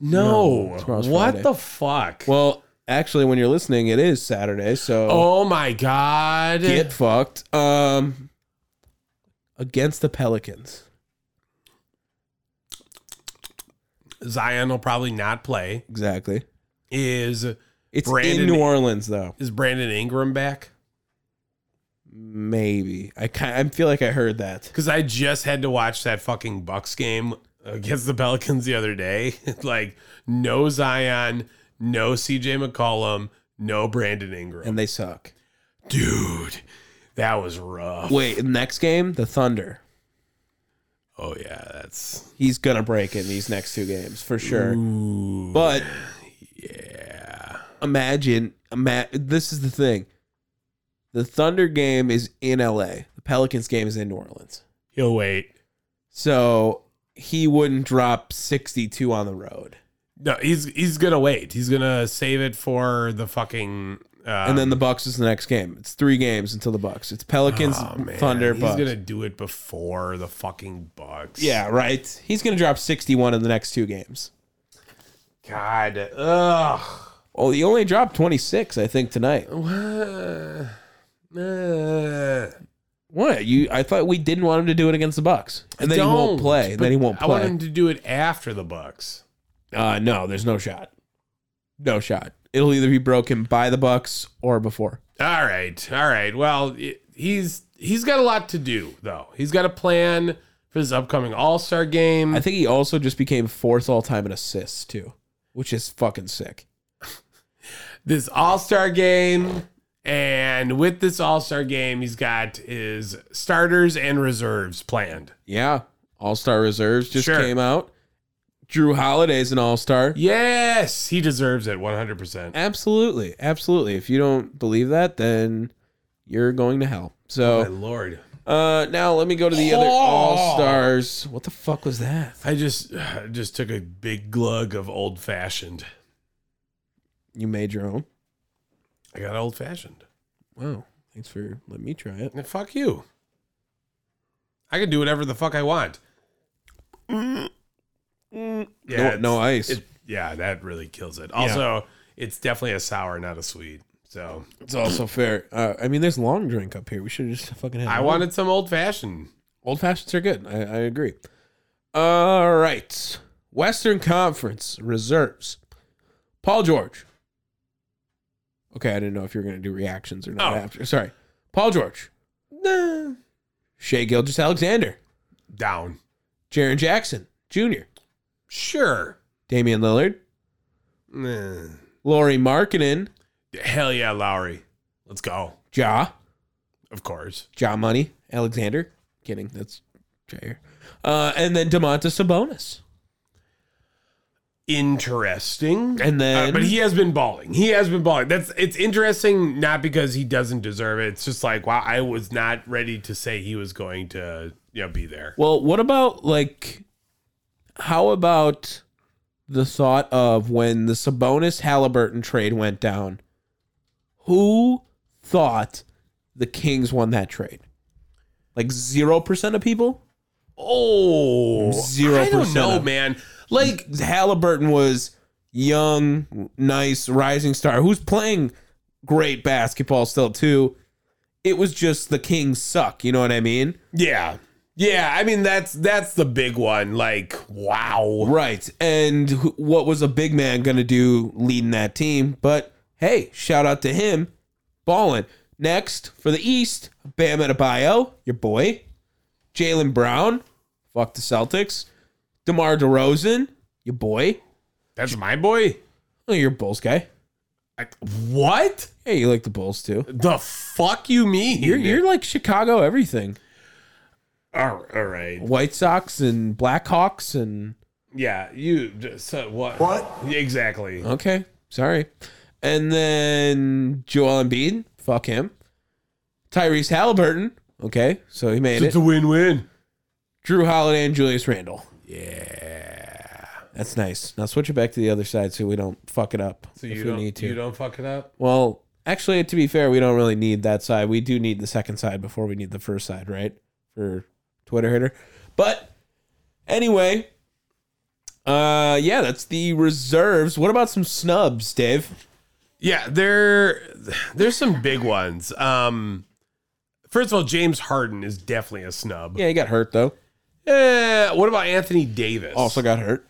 Speaker 3: No.
Speaker 1: No, tomorrow's
Speaker 3: what
Speaker 1: Friday.
Speaker 3: the fuck?
Speaker 1: Well, actually, when you're listening, it is Saturday, so
Speaker 3: oh my god.
Speaker 1: get fucked. Um, against the Pelicans.
Speaker 3: Zion will probably not play.
Speaker 1: Exactly.
Speaker 3: Is
Speaker 1: It's
Speaker 3: Brandon-
Speaker 1: in New Orleans, though.
Speaker 3: is Brandon Ingram back?
Speaker 1: Maybe I kind. I feel like I heard that.
Speaker 3: Because I just had to watch that fucking Bucks game against the Pelicans the other day. like no Zion, no CJ McCollum, no Brandon Ingram.
Speaker 1: And they suck.
Speaker 3: Dude, that was rough.
Speaker 1: Wait, next game, the Thunder.
Speaker 3: Oh yeah, that's
Speaker 1: He's gonna break in these next two games for sure.
Speaker 3: ooh.
Speaker 1: But
Speaker 3: yeah.
Speaker 1: imagine, ima- this is the thing. The Thunder game is in LA. The Pelicans game is in New Orleans.
Speaker 3: He'll wait.
Speaker 1: So he wouldn't drop 62 on the road.
Speaker 3: No, he's he's gonna wait. He's gonna save it for the fucking. Uh,
Speaker 1: and then the Bucks is the next game. It's three games until the Bucks. It's Pelicans,
Speaker 3: oh, man,
Speaker 1: Thunder,
Speaker 3: He's
Speaker 1: Bucks.
Speaker 3: gonna do it before the fucking Bucks.
Speaker 1: yeah, right. He's going to drop 61 in the next two games.
Speaker 3: God. Ugh.
Speaker 1: Oh, he only dropped 26, I think, tonight.
Speaker 3: Uh, uh,
Speaker 1: What? You? I thought we didn't want him to do it against the Bucks, and then he
Speaker 3: don't,
Speaker 1: won't play.
Speaker 3: but
Speaker 1: Then he won't
Speaker 3: I want
Speaker 1: play.
Speaker 3: him to do it after the Bucks.
Speaker 1: Uh, no, there's no shot. No shot. It'll either be broken by the Bucks or before.
Speaker 3: All right, all right. Well, it- he's he's got a lot to do though. He's got a plan for this upcoming All Star game.
Speaker 1: I think he also just became fourth all time in assists too, which is fucking sick.
Speaker 3: this All Star game, and with this All Star game, he's got his starters and reserves planned.
Speaker 1: Yeah, All Star reserves just
Speaker 3: Sure.
Speaker 1: came out. Drew Holiday's an All Star.
Speaker 3: Yes, he deserves it one hundred percent.
Speaker 1: Absolutely, absolutely. If you don't believe that, then you're going to hell.
Speaker 3: My
Speaker 1: So
Speaker 3: lord,
Speaker 1: uh, now let me go to the other
Speaker 3: Oh.
Speaker 1: All Stars. What the fuck was that?
Speaker 3: I just I just took a big glug of old fashioned.
Speaker 1: You made your own.
Speaker 3: I got old fashioned.
Speaker 1: Wow. Thanks for letting me try it.
Speaker 3: And fuck you. I can do whatever the fuck I want. Yeah,
Speaker 1: Mm. no,
Speaker 3: it's-
Speaker 1: no ice.
Speaker 3: It, yeah, that really kills it. Also, it's definitely a sour, not a sweet. So
Speaker 1: it's also fair. Uh, I mean, there's long drink up here. We should have just fucking had.
Speaker 3: I
Speaker 1: one.
Speaker 3: wanted some old fashioned.
Speaker 1: Old fashions are good. I, I agree. All right. Western Conference reserves. Paul George. Okay, I didn't know if you were going to do reactions or not
Speaker 3: Oh.
Speaker 1: after. Sorry. Paul George. Shea Gilgis Alexander.
Speaker 3: Down.
Speaker 1: Jaron Jackson Jr.
Speaker 3: Sure.
Speaker 1: Damian Lillard.
Speaker 3: Nah.
Speaker 1: Lori Markinen,
Speaker 3: Eh. Hell yeah, Lowry. Let's go.
Speaker 1: Ja,
Speaker 3: Of course.
Speaker 1: Ja Money, Alexander. Kidding, that's Jair. Uh, and then Demontis Sabonis.
Speaker 3: Interesting.
Speaker 1: And then-
Speaker 3: Uh, but he has been balling. He has been balling. That's it's interesting, not because he doesn't deserve it. It's just like wow, I was not ready to say he was going to you know be there.
Speaker 1: Well, what about like, how about the thought of when the Sabonis Halliburton trade went down? Who thought the Kings won that trade? Like zero percent of people.
Speaker 3: Oh,
Speaker 1: Zero
Speaker 3: I don't
Speaker 1: percent
Speaker 3: know,
Speaker 1: of-
Speaker 3: man. Like
Speaker 1: Halliburton was young, nice, rising star who's playing great basketball still too. It was just the Kings suck. You know what I mean?
Speaker 3: yeah, yeah. I mean that's that's the big one. Like wow,
Speaker 1: Right. And wh- what was a big man going to do leading that team? But hey, shout out to him. Ballin. Next for the East, Bam Adebayo, your boy. Jalen Brown, fuck the Celtics. DeMar DeRozan, your boy.
Speaker 3: that's my boy.
Speaker 1: Oh, you're a Bulls guy.
Speaker 3: I, what
Speaker 1: Hey, you like the Bulls too.
Speaker 3: the fuck you mean?
Speaker 1: You're, you're like Chicago everything.
Speaker 3: all all right.
Speaker 1: White Sox and Blackhawks and
Speaker 3: Yeah, you just so what?
Speaker 2: What?
Speaker 3: Exactly.
Speaker 1: Okay, sorry. And then Joel Embiid, fuck him. Tyrese Halliburton, okay, so he made
Speaker 3: It's
Speaker 1: it.
Speaker 3: a win-win.
Speaker 1: Drew Holiday and Julius Randle. Yeah, that's nice. Now switch it back to the other side so we don't fuck it up.
Speaker 3: So
Speaker 1: if
Speaker 3: you
Speaker 1: we
Speaker 3: don't
Speaker 1: need to.
Speaker 3: you don't fuck it up.
Speaker 1: Well, actually, to be fair, we don't really need that side. We do need the second side before we need the first side, right? For Twitter hitter. But anyway, uh, yeah, that's the reserves. What about some snubs, Dave?
Speaker 3: Yeah, there there's some big ones. Um First of all, James Harden is definitely a snub.
Speaker 1: Yeah, he got hurt though.
Speaker 3: Eh, what about Anthony Davis?
Speaker 1: Also got hurt.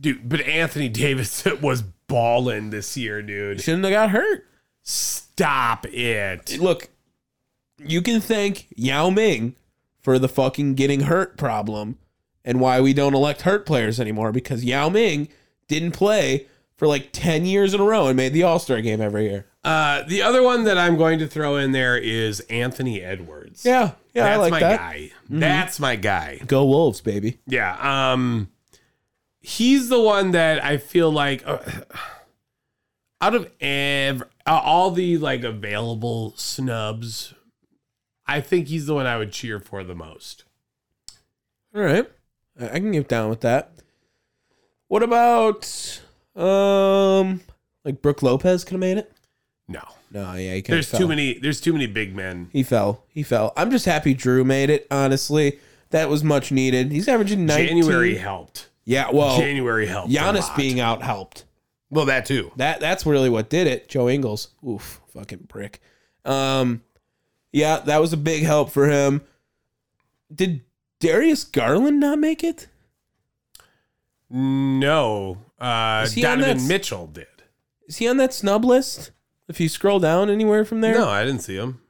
Speaker 3: dude, but Anthony Davis was balling this year, dude.
Speaker 1: Shouldn't have got hurt.
Speaker 3: Stop it.
Speaker 1: Look, you can thank Yao Ming for the fucking getting hurt problem and why we don't elect hurt players anymore because Yao Ming didn't play for like 10 years in a row and made the All Star game every year.
Speaker 3: Uh, the other one that I'm going to throw in there is Anthony Edwards.
Speaker 1: Yeah, yeah,
Speaker 3: that's
Speaker 1: I like
Speaker 3: my
Speaker 1: that. Mm-hmm.
Speaker 3: guy. That's my guy.
Speaker 1: Go Wolves, baby.
Speaker 3: Yeah. Um, he's the one that I feel like uh, out of ev- uh, all the like available snubs, I think he's the one I would cheer for the most.
Speaker 1: All right. I I can get down with that. What about um like Brooke Lopez could have made it?
Speaker 3: No,
Speaker 1: No, yeah, he could
Speaker 3: there's too many. There's too many big men.
Speaker 1: He fell. He fell. I'm just happy Drew made it, honestly. That was much needed. He's averaging 19.
Speaker 3: January helped.
Speaker 1: Yeah, well,
Speaker 3: January helped. a
Speaker 1: Oh, Giannis
Speaker 3: lot.
Speaker 1: being out helped.
Speaker 3: well, that too.
Speaker 1: That that's really what did it. Joe Ingles. Oof, fucking brick. Um yeah, that was a big help for him. Did Darius Garland not make it?
Speaker 3: No, uh,
Speaker 1: Is he on
Speaker 3: Donovan
Speaker 1: that-
Speaker 3: Mitchell did.
Speaker 1: Is he on that snub list? If you scroll down anywhere from there?
Speaker 3: No, I didn't see him.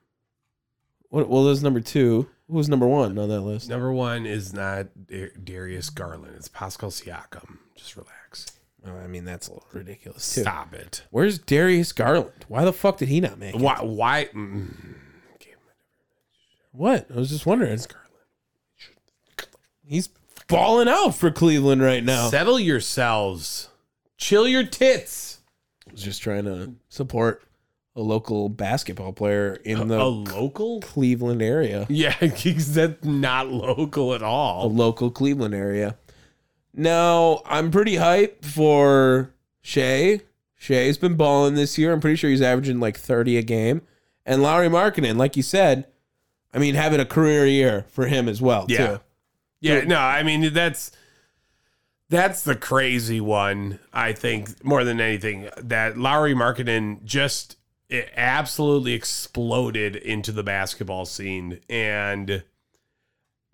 Speaker 1: What, well, there's number two. Who was number one on that list?
Speaker 3: Number one is not Dar- Darius Garland. It's Pascal Siakam. Just relax.
Speaker 1: Oh, I mean, that's a little ridiculous, too.
Speaker 3: Stop it.
Speaker 1: Where's Darius Garland? Why the fuck did he not make it?
Speaker 3: Why? Why? mm,
Speaker 1: What? I was just wondering. He's balling out for Cleveland right now.
Speaker 3: Settle yourselves. Chill your tits.
Speaker 1: I was just trying to support a local basketball player in
Speaker 3: a
Speaker 1: the
Speaker 3: local?
Speaker 1: Cleveland area,
Speaker 3: Yeah, 'cause that's not local at
Speaker 1: a
Speaker 3: all.
Speaker 1: local Cleveland area. Now, I'm pretty hyped for Shea. Shea's been balling this year. I'm pretty sure he's averaging like 30 a game. And Lowry Markinen, like you said, I mean, having a career year for him as well,
Speaker 3: Yeah.
Speaker 1: too.
Speaker 3: Yeah, no, I mean that's that's the crazy one. I think more than anything that Lowry Markkinen just it absolutely exploded into the basketball scene, and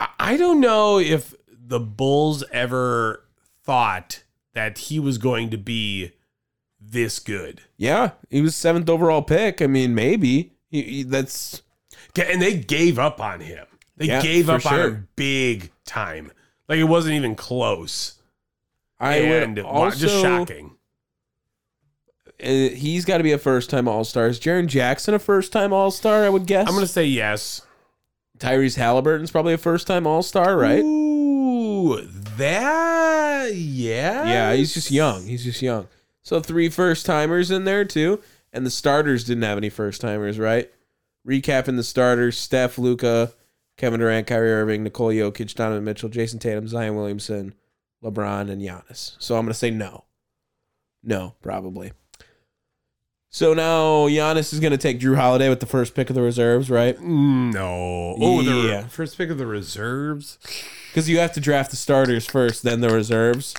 Speaker 3: I- I don't know if the Bulls ever thought that he was going to be this good.
Speaker 1: Yeah, he was seventh overall pick. I mean, maybe he, he- that's
Speaker 3: Ga- and they gave up on him. They
Speaker 1: Yeah,
Speaker 3: gave
Speaker 1: for
Speaker 3: up on
Speaker 1: sure.
Speaker 3: him big time. Like it wasn't even close.
Speaker 1: I
Speaker 3: and
Speaker 1: would
Speaker 3: wa-
Speaker 1: also
Speaker 3: just shocking.
Speaker 1: uh, he's got to be a first time All Star. Is Jaron Jackson a first time All Star? I would guess.
Speaker 3: I'm gonna say yes.
Speaker 1: Tyrese Halliburton's probably a first time All Star, right?
Speaker 3: Ooh, that yeah.
Speaker 1: Yeah, he's just young. He's just young. So three first timers in there too, and the starters didn't have any first timers, right? Recapping the starters: Steph, Luca, Kevin Durant, Kyrie Irving, Nicole Jokic, Donovan Mitchell, Jason Tatum, Zion Williamson, LeBron, and Giannis. So I'm gonna say no, no, probably. So now Giannis is gonna take Drew Holiday with the first pick of the reserves, right?
Speaker 3: No. Oh, the
Speaker 1: Yeah.
Speaker 3: first pick of the reserves.
Speaker 1: Because you have to draft the starters first, then the reserves.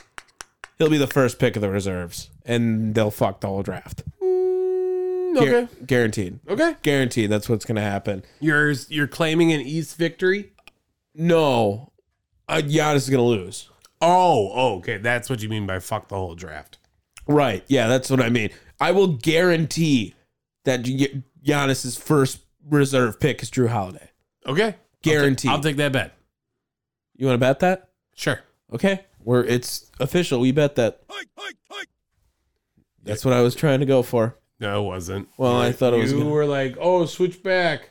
Speaker 1: He'll be the first pick of the reserves, and they'll fuck the whole draft. Guar-
Speaker 3: Okay.
Speaker 1: guaranteed.
Speaker 3: Okay.
Speaker 1: Guaranteed. That's what's gonna happen.
Speaker 3: You're you're claiming an East victory.
Speaker 1: No, uh, Giannis is gonna lose.
Speaker 3: Oh, oh, okay. That's what you mean by fuck the whole draft.
Speaker 1: Right. Yeah, that's what I mean. I will guarantee that Gi- Giannis's first reserve pick is Drew Holiday.
Speaker 3: Okay.
Speaker 1: Guaranteed.
Speaker 3: I'll take, I'll take that bet.
Speaker 1: You want to bet that?
Speaker 3: Sure.
Speaker 1: Okay. We're it's official. We bet that. That's what I was trying to go for.
Speaker 3: No, it wasn't.
Speaker 1: Well, I thought it was
Speaker 3: You
Speaker 1: gonna-
Speaker 3: were like, oh, switch back.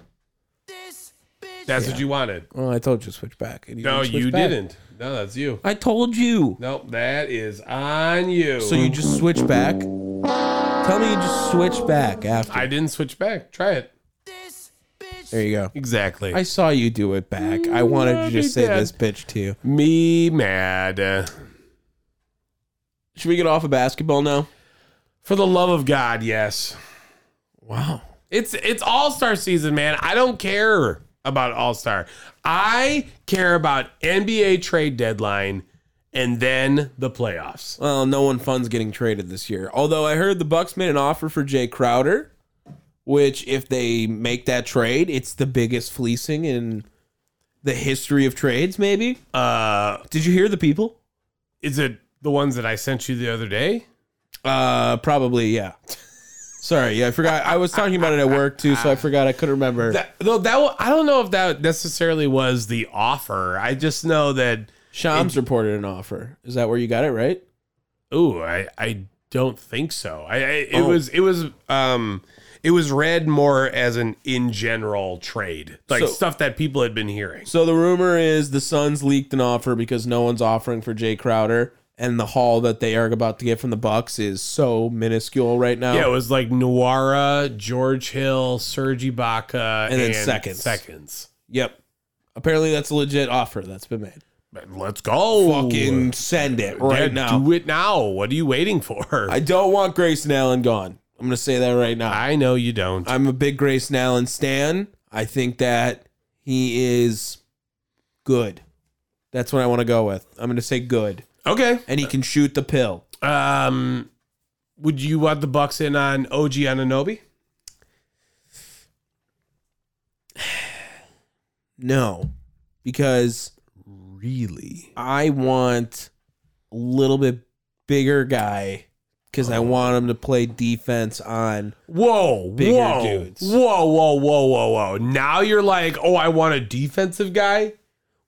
Speaker 3: That's what you wanted.
Speaker 1: Well, I told you to switch back. and
Speaker 3: No,
Speaker 1: didn't switch
Speaker 3: you
Speaker 1: back.
Speaker 3: didn't. No, that's you.
Speaker 1: I told you.
Speaker 3: Nope, that is on you.
Speaker 1: So you just switch back? Tell me you just switch back after.
Speaker 3: I didn't switch back. Try it.
Speaker 1: there you go.
Speaker 3: Exactly.
Speaker 1: I saw you do it back. I wanted to
Speaker 3: Not
Speaker 1: just
Speaker 3: me
Speaker 1: say
Speaker 3: bad.
Speaker 1: this bitch to you.
Speaker 3: Me mad.
Speaker 1: Should we get off of basketball now?
Speaker 3: For the love of God, yes.
Speaker 1: Wow.
Speaker 3: It's it's All Star season, man. I don't care about All Star. I care about NBA trade deadline and then the playoffs.
Speaker 1: Well, no one fun's getting traded this year. Although I heard the Bucks made an offer for Jay Crowder, which if they make that trade, it's the biggest fleecing in the history of trades, maybe.
Speaker 3: Uh,
Speaker 1: Did you hear the people?
Speaker 3: is it the ones that I sent you the other day?
Speaker 1: Uh probably, yeah. Sorry, yeah, I forgot. I was talking about it at work too, so I forgot. I couldn't remember.
Speaker 3: That, though that wa- I don't know if that necessarily was the offer. I just know that.
Speaker 1: Shams reported an offer. Is that where you got it right?
Speaker 3: Ooh, I I don't think so. I, I it
Speaker 1: Oh.
Speaker 3: was it was um it was read more as an in general trade, like
Speaker 1: So-
Speaker 3: stuff that people had been hearing.
Speaker 1: So the rumor is the Suns leaked an offer because no one's offering for Jay Crowder, and the haul that they are about to get from the Bucks is so minuscule right now.
Speaker 3: Yeah, it was like Noara, George Hill, Serge Ibaka,
Speaker 1: And then seconds.
Speaker 3: Seconds.
Speaker 1: Yep. Apparently that's a legit offer that's been made.
Speaker 3: But let's go.
Speaker 1: Fucking send it
Speaker 3: Yeah,
Speaker 1: right now.
Speaker 3: Do it now. What are you waiting for?
Speaker 1: I don't want Grayson Allen gone. I'm gonna say that right now.
Speaker 3: I know you don't.
Speaker 1: I'm a big Grayson Allen stan. I think that he is good. That's what I want to go with. I'm gonna say good,
Speaker 3: okay.
Speaker 1: and he can shoot the pill.
Speaker 3: Um, would you want the Bucks in on OG Ananobi?
Speaker 1: No, because
Speaker 3: Really?
Speaker 1: I want a little bit bigger guy because I want him to play defense on.
Speaker 3: Whoa!
Speaker 1: Bigger
Speaker 3: whoa!
Speaker 1: dudes.
Speaker 3: Whoa! Whoa! Whoa! Whoa! Whoa! Now you're like, oh, I want a defensive guy.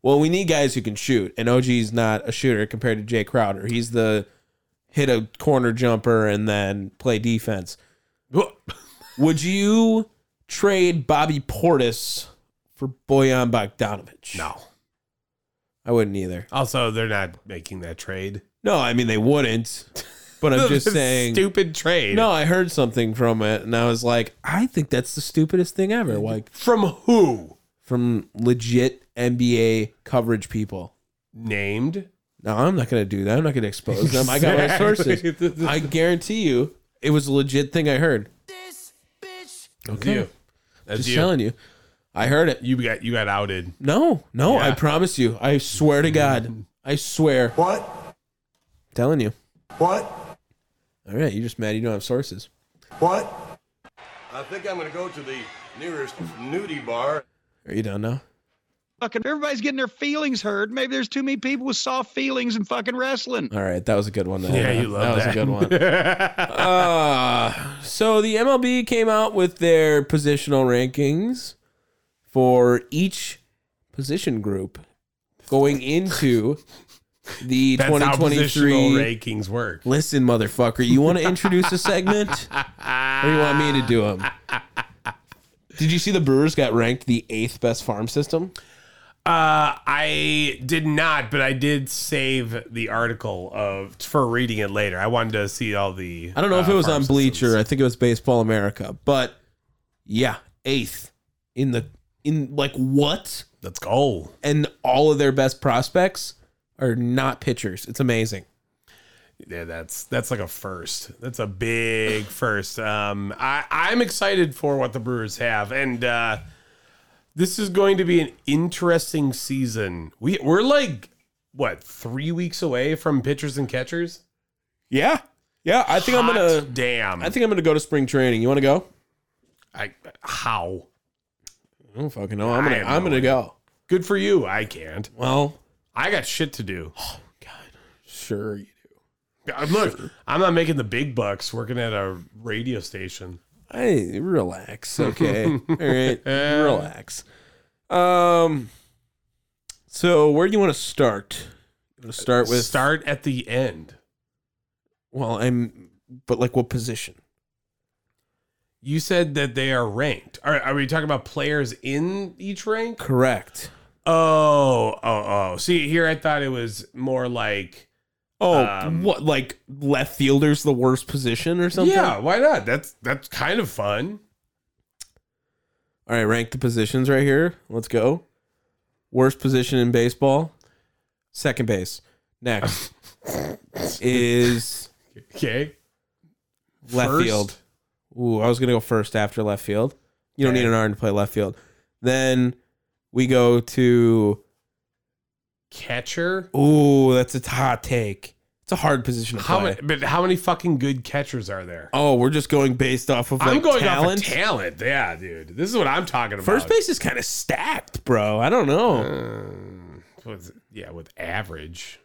Speaker 1: Well, we need guys who can shoot, and OG's not a shooter compared to Jay Crowder. He's the hit a corner jumper and then play defense.
Speaker 3: Wha-
Speaker 1: Would you trade Bobby Portis for Boyan Bogdanovich?
Speaker 3: No.
Speaker 1: I wouldn't either.
Speaker 3: Also, they're not making that trade.
Speaker 1: No, I mean they wouldn't. But I'm just saying.
Speaker 3: stupid trade.
Speaker 1: No, I heard something from it, and I was like, I think that's the stupidest thing ever. Like,
Speaker 3: From who?
Speaker 1: from legit NBA coverage people.
Speaker 3: Named.
Speaker 1: No, I'm not going to do that. I'm not going to expose them. I got my sources.
Speaker 3: Exactly.
Speaker 1: I guarantee you, it was a legit thing I heard.
Speaker 3: Okay. You. That's
Speaker 1: Just
Speaker 3: you.
Speaker 1: telling you, I heard it.
Speaker 3: You got you got outed.
Speaker 1: No, no, I
Speaker 3: Yeah. Mm.
Speaker 1: promise you. I swear to God, I swear.
Speaker 2: What?
Speaker 1: Telling you.
Speaker 2: What?
Speaker 1: All right, you're just mad you don't have sources.
Speaker 2: What?
Speaker 4: I think I'm gonna go to the nearest nudie bar.
Speaker 1: Are you done now?
Speaker 5: fucking everybody's getting their feelings hurt. Maybe there's too many people with soft feelings in fucking wrestling.
Speaker 1: All right, that was a good one. Though.
Speaker 3: Yeah, you love
Speaker 1: that.
Speaker 3: that.
Speaker 1: was a good one. uh, so the MLB came out with their positional rankings for each position group going into the
Speaker 3: That's how
Speaker 1: 2023
Speaker 3: positional rankings work.
Speaker 1: Listen, motherfucker, you want to introduce a segment, or you want me to do them? Did you see the Brewers got ranked the eighth best farm system?
Speaker 3: Uh, I did not, but I did save the article of for reading it later. I wanted to see all the.
Speaker 1: I don't know if
Speaker 3: uh,
Speaker 1: it was
Speaker 3: farm
Speaker 1: on
Speaker 3: systems.
Speaker 1: Bleacher. I think it was Baseball America, but yeah, eighth in the in like what?
Speaker 3: Let's go.
Speaker 1: And all of their best prospects are not pitchers. It's amazing.
Speaker 3: Yeah, that's that's like a first. That's a big first. Um, I I'm excited for what the Brewers have, and uh, this is going to be an interesting season. We we're like what three weeks away from pitchers and catchers.
Speaker 1: Yeah, yeah. I think I'm
Speaker 3: Hot
Speaker 1: gonna.
Speaker 3: damn.
Speaker 1: I think I'm gonna go to spring training. You want to go?
Speaker 3: I how
Speaker 1: I don't fucking know. I'm
Speaker 3: I
Speaker 1: gonna.
Speaker 3: have
Speaker 1: I'm
Speaker 3: no
Speaker 1: gonna go.
Speaker 3: good for you. I can't.
Speaker 1: Well,
Speaker 3: I got shit to do.
Speaker 1: sure you do.
Speaker 3: Uh, Look, I'm not making the big bucks working at a radio station.
Speaker 1: Hey, relax. Okay. All right. Relax. Um so where do you want to start? You want to start with
Speaker 3: Start at the end.
Speaker 1: well, I'm but like what position?
Speaker 3: You said that they are ranked. Are, are we talking about players in each rank?
Speaker 1: Correct.
Speaker 3: Oh, oh, oh. See, here I thought it was more like.
Speaker 1: Oh,
Speaker 3: Um,
Speaker 1: what like left fielder's the worst position or something?
Speaker 3: Yeah, why not? That's that's kind of fun.
Speaker 1: All right, rank the positions right here. Let's go. Worst position in baseball, second base. Next is
Speaker 3: Okay.
Speaker 1: left
Speaker 3: First?
Speaker 1: field. Ooh, I was gonna go first after left field. You don't
Speaker 3: Okay.
Speaker 1: need an arm to play left field. Then we go to
Speaker 3: Catcher.
Speaker 1: ooh, that's a hot take. It's a hard position to
Speaker 3: How
Speaker 1: play.
Speaker 3: many? But how many fucking good catchers are there?
Speaker 1: oh, we're just going based off of like
Speaker 3: I'm going
Speaker 1: talent.
Speaker 3: off of talent. Yeah, dude. This is what I'm talking about.
Speaker 1: First base is kind of stacked, bro. I don't know.
Speaker 3: Um, with, yeah, with average.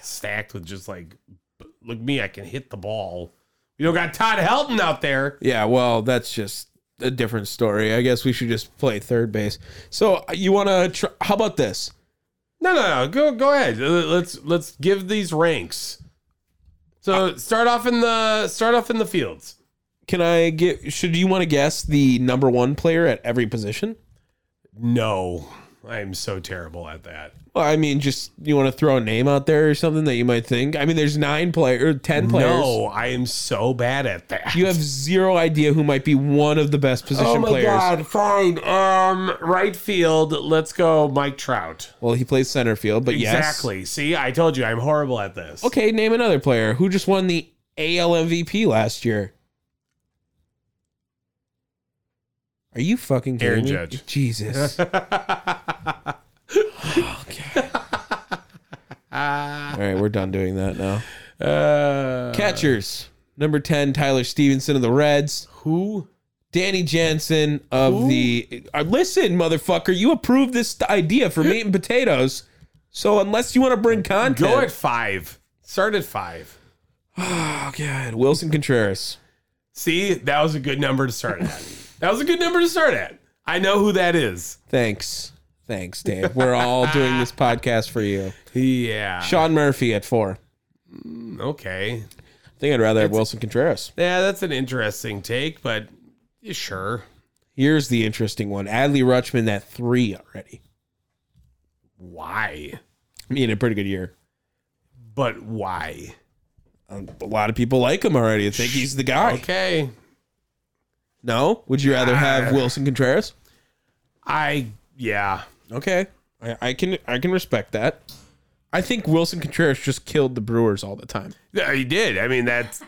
Speaker 3: Stacked with just like, b- look me, I can hit the ball. You don't got Todd Helton out there.
Speaker 1: Yeah, well, that's just a different story. I guess we should just play third base. So uh, you want to? Tr- how about this?
Speaker 3: No, no, no. Go, go ahead. Uh, Let's let's give these ranks.
Speaker 1: Uh,
Speaker 3: So start off in the start off in the fields.
Speaker 1: Can I get? Should you want to guess the number one player at every position?
Speaker 3: No, I am so terrible at that.
Speaker 1: Well, I mean, just you want to throw a name out there or something that you might think. I mean, there's nine player, or ten players.
Speaker 3: No, I am so bad at that.
Speaker 1: You have zero idea who might be one of the best position
Speaker 3: oh my
Speaker 1: players.
Speaker 3: god, fine. Um, right field. Let's go, Mike Trout.
Speaker 1: Well, he plays center field, but yes.
Speaker 3: Exactly. See, I told you I'm horrible at this.
Speaker 1: Okay, name another player who just won the AL MVP last year. Are you fucking kidding
Speaker 3: Aaron
Speaker 1: me?
Speaker 3: Judge.
Speaker 1: Jesus. okay. All right, we're done doing that now.
Speaker 3: Uh,
Speaker 1: Catchers. Number 10, Tyler Stevenson of the Reds.
Speaker 3: who?
Speaker 1: Danny Jansen of the. Uh, listen, motherfucker, you approved this idea for meat and potatoes. So unless you want to bring content,
Speaker 3: Go at five. Start at five.
Speaker 1: Oh god, Wilson Contreras.
Speaker 3: See, that was a good number to start at. that was a good number to start at. I know who that is.
Speaker 1: Thanks, thanks, Dave. We're all doing this podcast for you.
Speaker 3: Yeah.
Speaker 1: Sean Murphy at four.
Speaker 3: Okay.
Speaker 1: I think I'd rather have Wilson Contreras.
Speaker 3: Yeah, that's an interesting take, but yeah, sure.
Speaker 1: Here's the interesting one: Adley Rutschman at three already.
Speaker 3: Why?
Speaker 1: I mean, a pretty good year.
Speaker 3: But why?
Speaker 1: Um, a lot of people like him already. I think he's the guy.
Speaker 3: Okay.
Speaker 1: No, would you rather have Wilson Contreras?
Speaker 3: I yeah.
Speaker 1: Okay, I, I can I can respect that. I think Wilson Contreras just killed the Brewers all the time.
Speaker 3: Yeah, He did. I mean, that's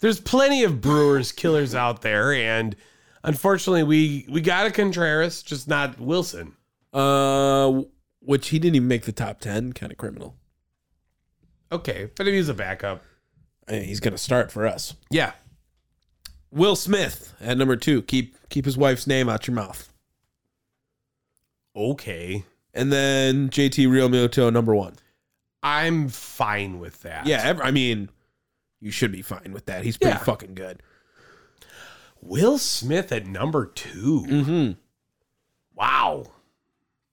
Speaker 3: there's plenty of Brewers killers out there, and unfortunately, we we got a Contreras, just not Wilson.
Speaker 1: Uh, which he didn't even make the top ten. Kind of criminal.
Speaker 3: Okay, but if he's a backup,
Speaker 1: I mean, he's gonna start for us.
Speaker 3: yeah,
Speaker 1: Will Smith at number two. Keep keep his wife's name out your mouth.
Speaker 3: okay,
Speaker 1: And then JT Realmuto number one.
Speaker 3: I'm fine with that.
Speaker 1: Yeah, ev- I mean, you should be fine with that. He's pretty
Speaker 3: Yeah.
Speaker 1: fucking good.
Speaker 3: Will Smith at number 2
Speaker 1: Mm-hmm.
Speaker 3: Wow.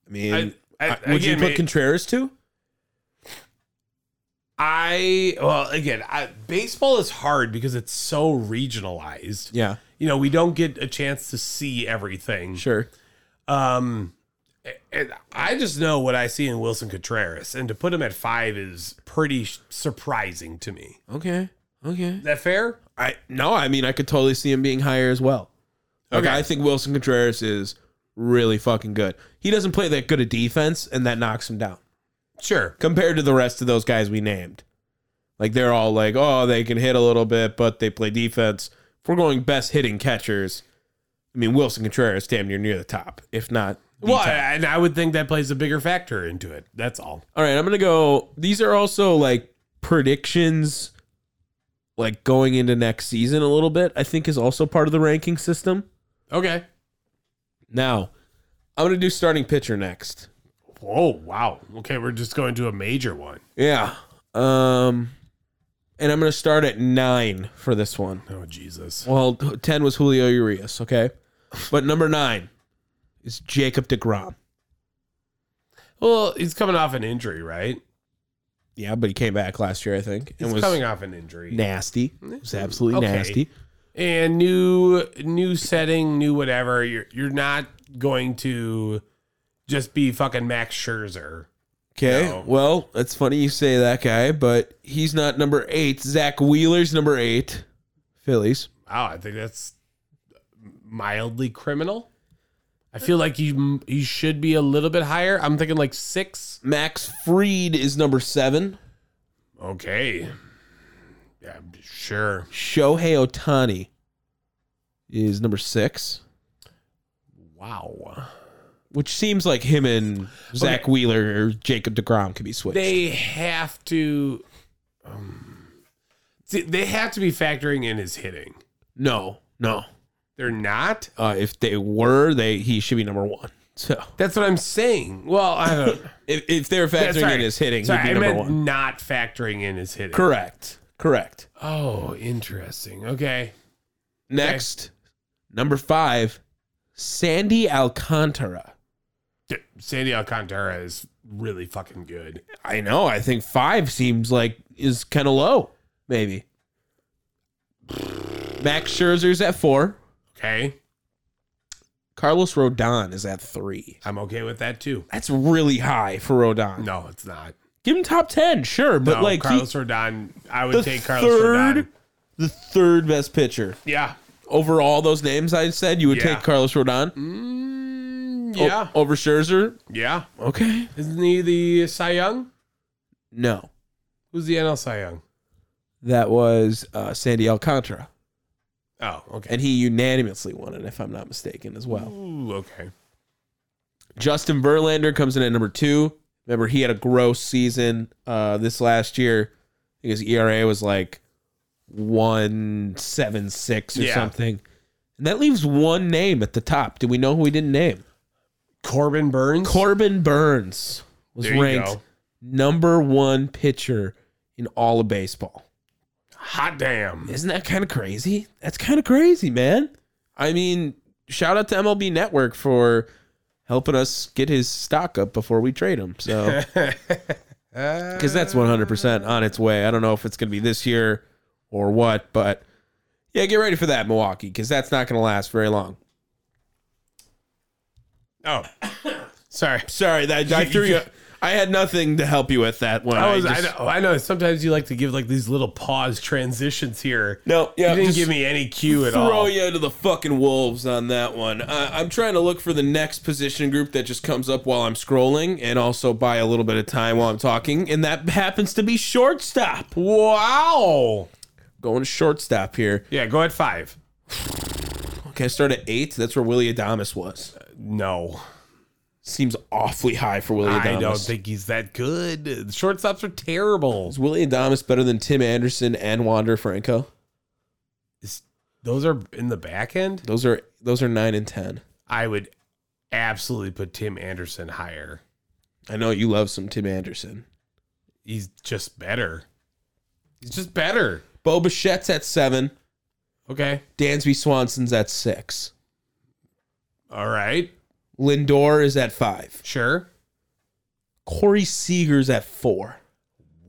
Speaker 1: I mean,
Speaker 3: I- I-
Speaker 1: uh, would you
Speaker 3: again,
Speaker 1: put
Speaker 3: it-
Speaker 1: Contreras too?
Speaker 3: I well again, I, baseball is hard because it's so regionalized.
Speaker 1: Yeah,
Speaker 3: You know, we don't get a chance to see everything.
Speaker 1: sure.
Speaker 3: Um, and I just know what I see in Wilson Contreras, and to put him at five is pretty sh- surprising to me.
Speaker 1: Okay, okay.
Speaker 3: Is that fair?
Speaker 1: I no, I mean I could totally see him being higher as well. Like
Speaker 3: Okay.
Speaker 1: I think Wilson Contreras is really fucking good. He doesn't play that good a defense, and that knocks him down
Speaker 3: Sure.
Speaker 1: compared to the rest of those guys we named. Like they're all like, oh, they can hit a little bit, but they play defense. If we're going best hitting catchers, I mean Wilson Contreras damn near near the top, if not. the
Speaker 3: Well,
Speaker 1: top.
Speaker 3: and I would think that plays a bigger factor into it. That's all.
Speaker 1: All right, I'm gonna go. These are also like predictions, like going into next season a little bit. I think is also part of the ranking system.
Speaker 3: Okay.
Speaker 1: Now, I'm gonna do starting pitcher next.
Speaker 3: Whoa! Oh, Wow. Okay, we're just going to a major one.
Speaker 1: Yeah. Um, and I'm gonna start at nine for this one.
Speaker 3: Oh Jesus.
Speaker 1: Well, ten was Julio Urias, okay, but number nine is Jacob Degrom.
Speaker 3: Well, he's coming off an injury, right?
Speaker 1: Yeah, but he came back last year, I think,
Speaker 3: He's
Speaker 1: and was
Speaker 3: coming off an injury.
Speaker 1: nasty. It was absolutely
Speaker 3: Okay.
Speaker 1: nasty.
Speaker 3: and new new setting, new whatever. You're you're not going to just be fucking Max Scherzer.
Speaker 1: Okay.
Speaker 3: No.
Speaker 1: Well, it's funny you say that guy, but he's not number eight. Zach Wheeler's number eight. Phillies.
Speaker 3: Wow, I think that's mildly criminal. I feel like you you should be a little bit higher. I'm thinking like six.
Speaker 1: Max Freed is number seven.
Speaker 3: Okay. Yeah, sure.
Speaker 1: Shohei Otani is number six,
Speaker 3: Wow.
Speaker 1: which seems like him and Zach Wheeler or Jacob DeGrom could be switched.
Speaker 3: They have to. um, see, they have to be factoring in his hitting.
Speaker 1: no, no.
Speaker 3: They're not.
Speaker 1: Uh, if they were, they he should be number one. So
Speaker 3: That's what I'm saying. Well, I don't.
Speaker 1: if, if they're
Speaker 3: Yeah,
Speaker 1: factoring
Speaker 3: sorry.
Speaker 1: in his hitting,
Speaker 3: Sorry,
Speaker 1: he'd be
Speaker 3: I
Speaker 1: number
Speaker 3: meant
Speaker 1: one.
Speaker 3: not factoring in his hitting.
Speaker 1: Correct. Correct.
Speaker 3: Oh, interesting. Okay.
Speaker 1: Next, number five, Sandy Alcantara.
Speaker 3: D- Sandy Alcantara is really fucking good.
Speaker 1: I know. I think five seems like is kind of low, maybe. Max Scherzer's at four.
Speaker 3: Okay.
Speaker 1: Carlos Rodon is at three.
Speaker 3: I'm okay with that too.
Speaker 1: That's really high for Rodon.
Speaker 3: No, it's not.
Speaker 1: Give him top ten, sure, but
Speaker 3: no,
Speaker 1: like he-
Speaker 3: Carlos Rodon, I
Speaker 1: the
Speaker 3: would take Carlos
Speaker 1: third,
Speaker 3: Rodon.
Speaker 1: the third best pitcher
Speaker 3: Yeah.
Speaker 1: over all those names I said. You would
Speaker 3: Yeah.
Speaker 1: take Carlos Rodon,
Speaker 3: Mm,
Speaker 1: o-
Speaker 3: yeah.
Speaker 1: over Scherzer.
Speaker 3: Yeah.
Speaker 1: Okay,
Speaker 3: Isn't he the Cy Young?
Speaker 1: no,
Speaker 3: Who's the NL Cy Young?
Speaker 1: that was uh, Sandy Alcantara,
Speaker 3: Oh, okay.
Speaker 1: and he unanimously won it, if I'm not mistaken, as well.
Speaker 3: Ooh, okay.
Speaker 1: Justin Verlander comes in at number two. Remember, he had a gross season uh, this last year. I think his ERA was like one seven six or
Speaker 3: Yeah.
Speaker 1: something. And that leaves one name at the top. Do we know who we didn't name?
Speaker 3: Corbin Burns.
Speaker 1: Corbin Burns was
Speaker 3: There you
Speaker 1: ranked
Speaker 3: go.
Speaker 1: number one pitcher in all of baseball.
Speaker 3: Hot damn.
Speaker 1: Isn't that kind of crazy? That's kind of crazy, man. I mean, shout out to MLB Network for helping us get his stock up before we trade him. So, because that's 100% on its way. I don't know if it's going to be this year or what, but yeah, get ready for that, Milwaukee, because that's not going to last very long.
Speaker 3: Oh. Sorry.
Speaker 1: Sorry, that I threw you. I had nothing to help you with that one.
Speaker 3: I, was,
Speaker 1: just-
Speaker 3: I, know, I know. Sometimes you like to give like these little pause transitions here.
Speaker 1: No, yeah,
Speaker 3: you didn't
Speaker 1: just-
Speaker 3: give me any cue at
Speaker 1: throw
Speaker 3: all.
Speaker 1: you to the fucking wolves on that one. I, I'm trying to look for the next position group that just comes up while I'm scrolling, and also buy a little bit of time while I'm talking, and that happens to be shortstop.
Speaker 3: Wow.
Speaker 1: Going to shortstop here.
Speaker 3: Yeah, go at five.
Speaker 1: Okay, start at eight. That's where Willie Adamas was.
Speaker 3: No,
Speaker 1: Seems awfully high for Willie Adamas.
Speaker 3: I don't think he's that good. The shortstops are terrible.
Speaker 1: Is Willie Adamas better than Tim Anderson and Wander Franco?
Speaker 3: Is- those are in the back end.
Speaker 1: Those are those are nine and ten.
Speaker 3: I would absolutely put Tim Anderson higher.
Speaker 1: I know you love some Tim Anderson.
Speaker 3: He's just better. He's just better.
Speaker 1: Bo Bichette's at seven.
Speaker 3: Okay.
Speaker 1: Dansby Swanson's at six.
Speaker 3: All right.
Speaker 1: Lindor is at five.
Speaker 3: Sure.
Speaker 1: Corey Seager's at four.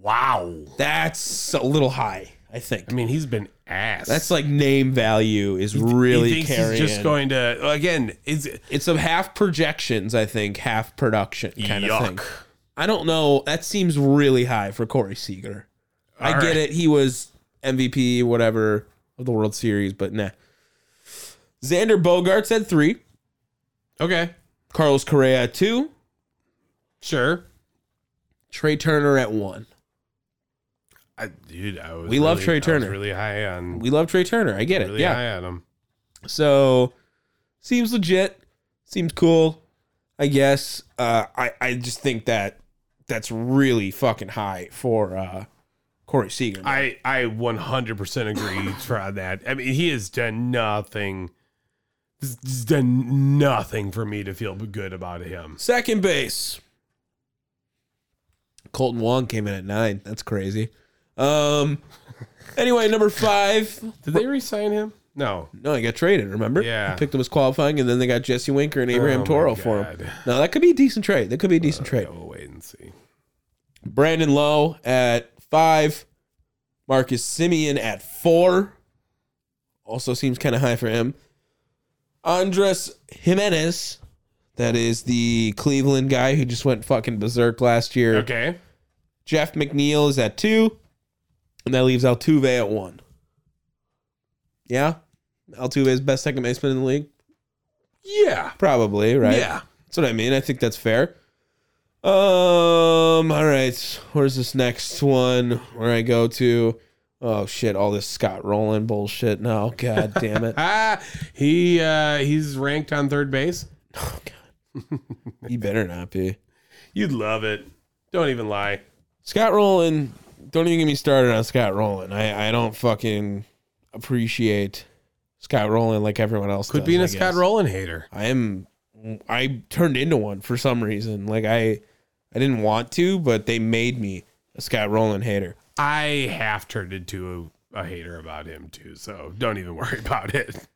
Speaker 3: Wow.
Speaker 1: That's a little high, I think.
Speaker 3: I mean, he's been ass.
Speaker 1: That's like name value is really
Speaker 3: he thinks
Speaker 1: carrying.
Speaker 3: he's just going to again. Is
Speaker 1: it's a half projections, I think, half production kind
Speaker 3: Yuck.
Speaker 1: of thing. I don't know. That seems really high for Corey Seager. I
Speaker 3: All
Speaker 1: get
Speaker 3: right.
Speaker 1: it. He was MVP, whatever, of the World Series, but nah. Xander Bogarts at three.
Speaker 3: okay?
Speaker 1: Carlos Correa at two.
Speaker 3: Sure.
Speaker 1: Trey Turner at one.
Speaker 3: I, dude, I was
Speaker 1: We love
Speaker 3: really-
Speaker 1: Trey
Speaker 3: I was
Speaker 1: Turner.
Speaker 3: really high on.
Speaker 1: We love Trey Turner. I get it.
Speaker 3: really
Speaker 1: yeah.
Speaker 3: high on him.
Speaker 1: So seems legit. Seems cool. I guess. Uh, I I just think that that's really fucking high for uh, Corey Seager. man.
Speaker 3: I I 100% agree on that. I mean, he has done nothing. He's done nothing for me to feel good about him.
Speaker 1: Second base. Colton Wong came in at nine. That's crazy. Um. Anyway, number five.
Speaker 3: Did they re-sign him? No.
Speaker 1: No, he got traded. Remember?
Speaker 3: Yeah.
Speaker 1: He picked him as qualifying, and then they got Jesse Winker and
Speaker 3: Oh
Speaker 1: Abraham
Speaker 3: my
Speaker 1: Toro for him.
Speaker 3: God. Uh,
Speaker 1: Now that could be a decent trade. That could be a decent trade.
Speaker 3: We'll wait and see.
Speaker 1: Brandon Lowe at five. Marcus Simeon at four. Also seems kind of high for him. Andres Jimenez, that is the Cleveland guy who just went fucking berserk last year.
Speaker 3: Okay.
Speaker 1: Jeff McNeil is at two. And that leaves Altuve at one. Yeah? Altuve is best second baseman in the league?
Speaker 3: Yeah.
Speaker 1: Probably, right?
Speaker 3: Yeah.
Speaker 1: That's what I mean. I think that's fair. Um, all right. Where's this next one where I go to? Oh shit, all this Scott Rowland bullshit now. God damn it.
Speaker 3: Ah, he uh he's ranked on third base.
Speaker 1: Oh god. He better not be.
Speaker 3: You'd love it. Don't even lie.
Speaker 1: Scott Rowland, don't even get me started on Scott Rowland. I, I don't fucking appreciate Scott Rowland like everyone else
Speaker 3: Quit
Speaker 1: does,
Speaker 3: being
Speaker 1: I
Speaker 3: a Scott
Speaker 1: guess.
Speaker 3: Rowland hater.
Speaker 1: I am I turned into one for some reason. Like I I didn't want to, but they made me a Scott Rowland hater.
Speaker 3: I half turned into a, a hater about him too, so don't even worry about it.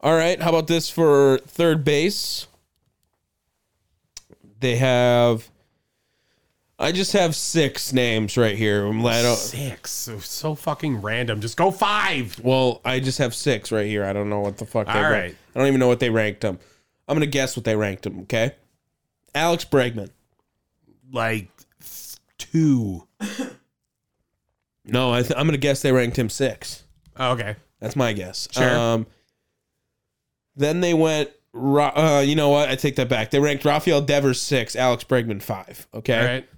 Speaker 1: All right, how about this for third base? They have I just have six names right here. I'm I don't,
Speaker 3: Six. So, so fucking random. Just go five.
Speaker 1: well, I just have six right here. I don't know what the fuck they
Speaker 3: All
Speaker 1: ra-
Speaker 3: right.
Speaker 1: I don't even know what they ranked them. I'm going to guess what they ranked them, okay? Alex Bregman.
Speaker 3: Like two.
Speaker 1: No, I th- I'm going to guess they ranked him 6.
Speaker 3: Okay.
Speaker 1: That's my guess.
Speaker 3: Sure.
Speaker 1: Um, then they went. Ra- Uh, you know what? I take that back. They ranked Rafael Devers six, Alex Bregman five. Okay.
Speaker 3: All right.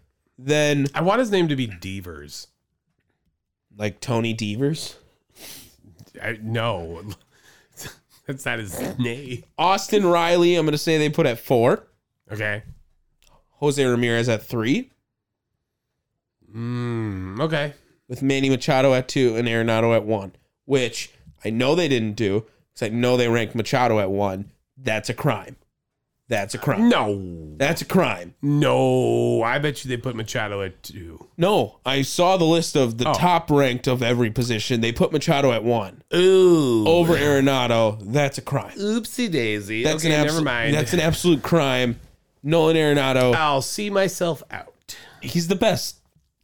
Speaker 1: Then
Speaker 3: I want his name to be Devers.
Speaker 1: like Tony Devers,
Speaker 3: I, no. That's not his name.
Speaker 1: Austin Riley. I'm gonna say they put at four.
Speaker 3: Okay.
Speaker 1: Jose Ramirez at three,
Speaker 3: Mm, okay.
Speaker 1: with Manny Machado at two and Arenado at one. Which I know they didn't do because I know they ranked Machado at one. That's a crime. That's a crime.
Speaker 3: No.
Speaker 1: That's a crime.
Speaker 3: No. I bet you they put Machado at two.
Speaker 1: No, I saw the list of the
Speaker 3: Oh.
Speaker 1: top ranked of every position. They put Machado at one.
Speaker 3: Ooh.
Speaker 1: over Arenado, that's a crime.
Speaker 3: Oopsie daisy.
Speaker 1: That's
Speaker 3: okay,
Speaker 1: an
Speaker 3: never
Speaker 1: abso-
Speaker 3: mind.
Speaker 1: That's an absolute crime. Nolan Arenado,
Speaker 3: I'll see myself out.
Speaker 1: he's the best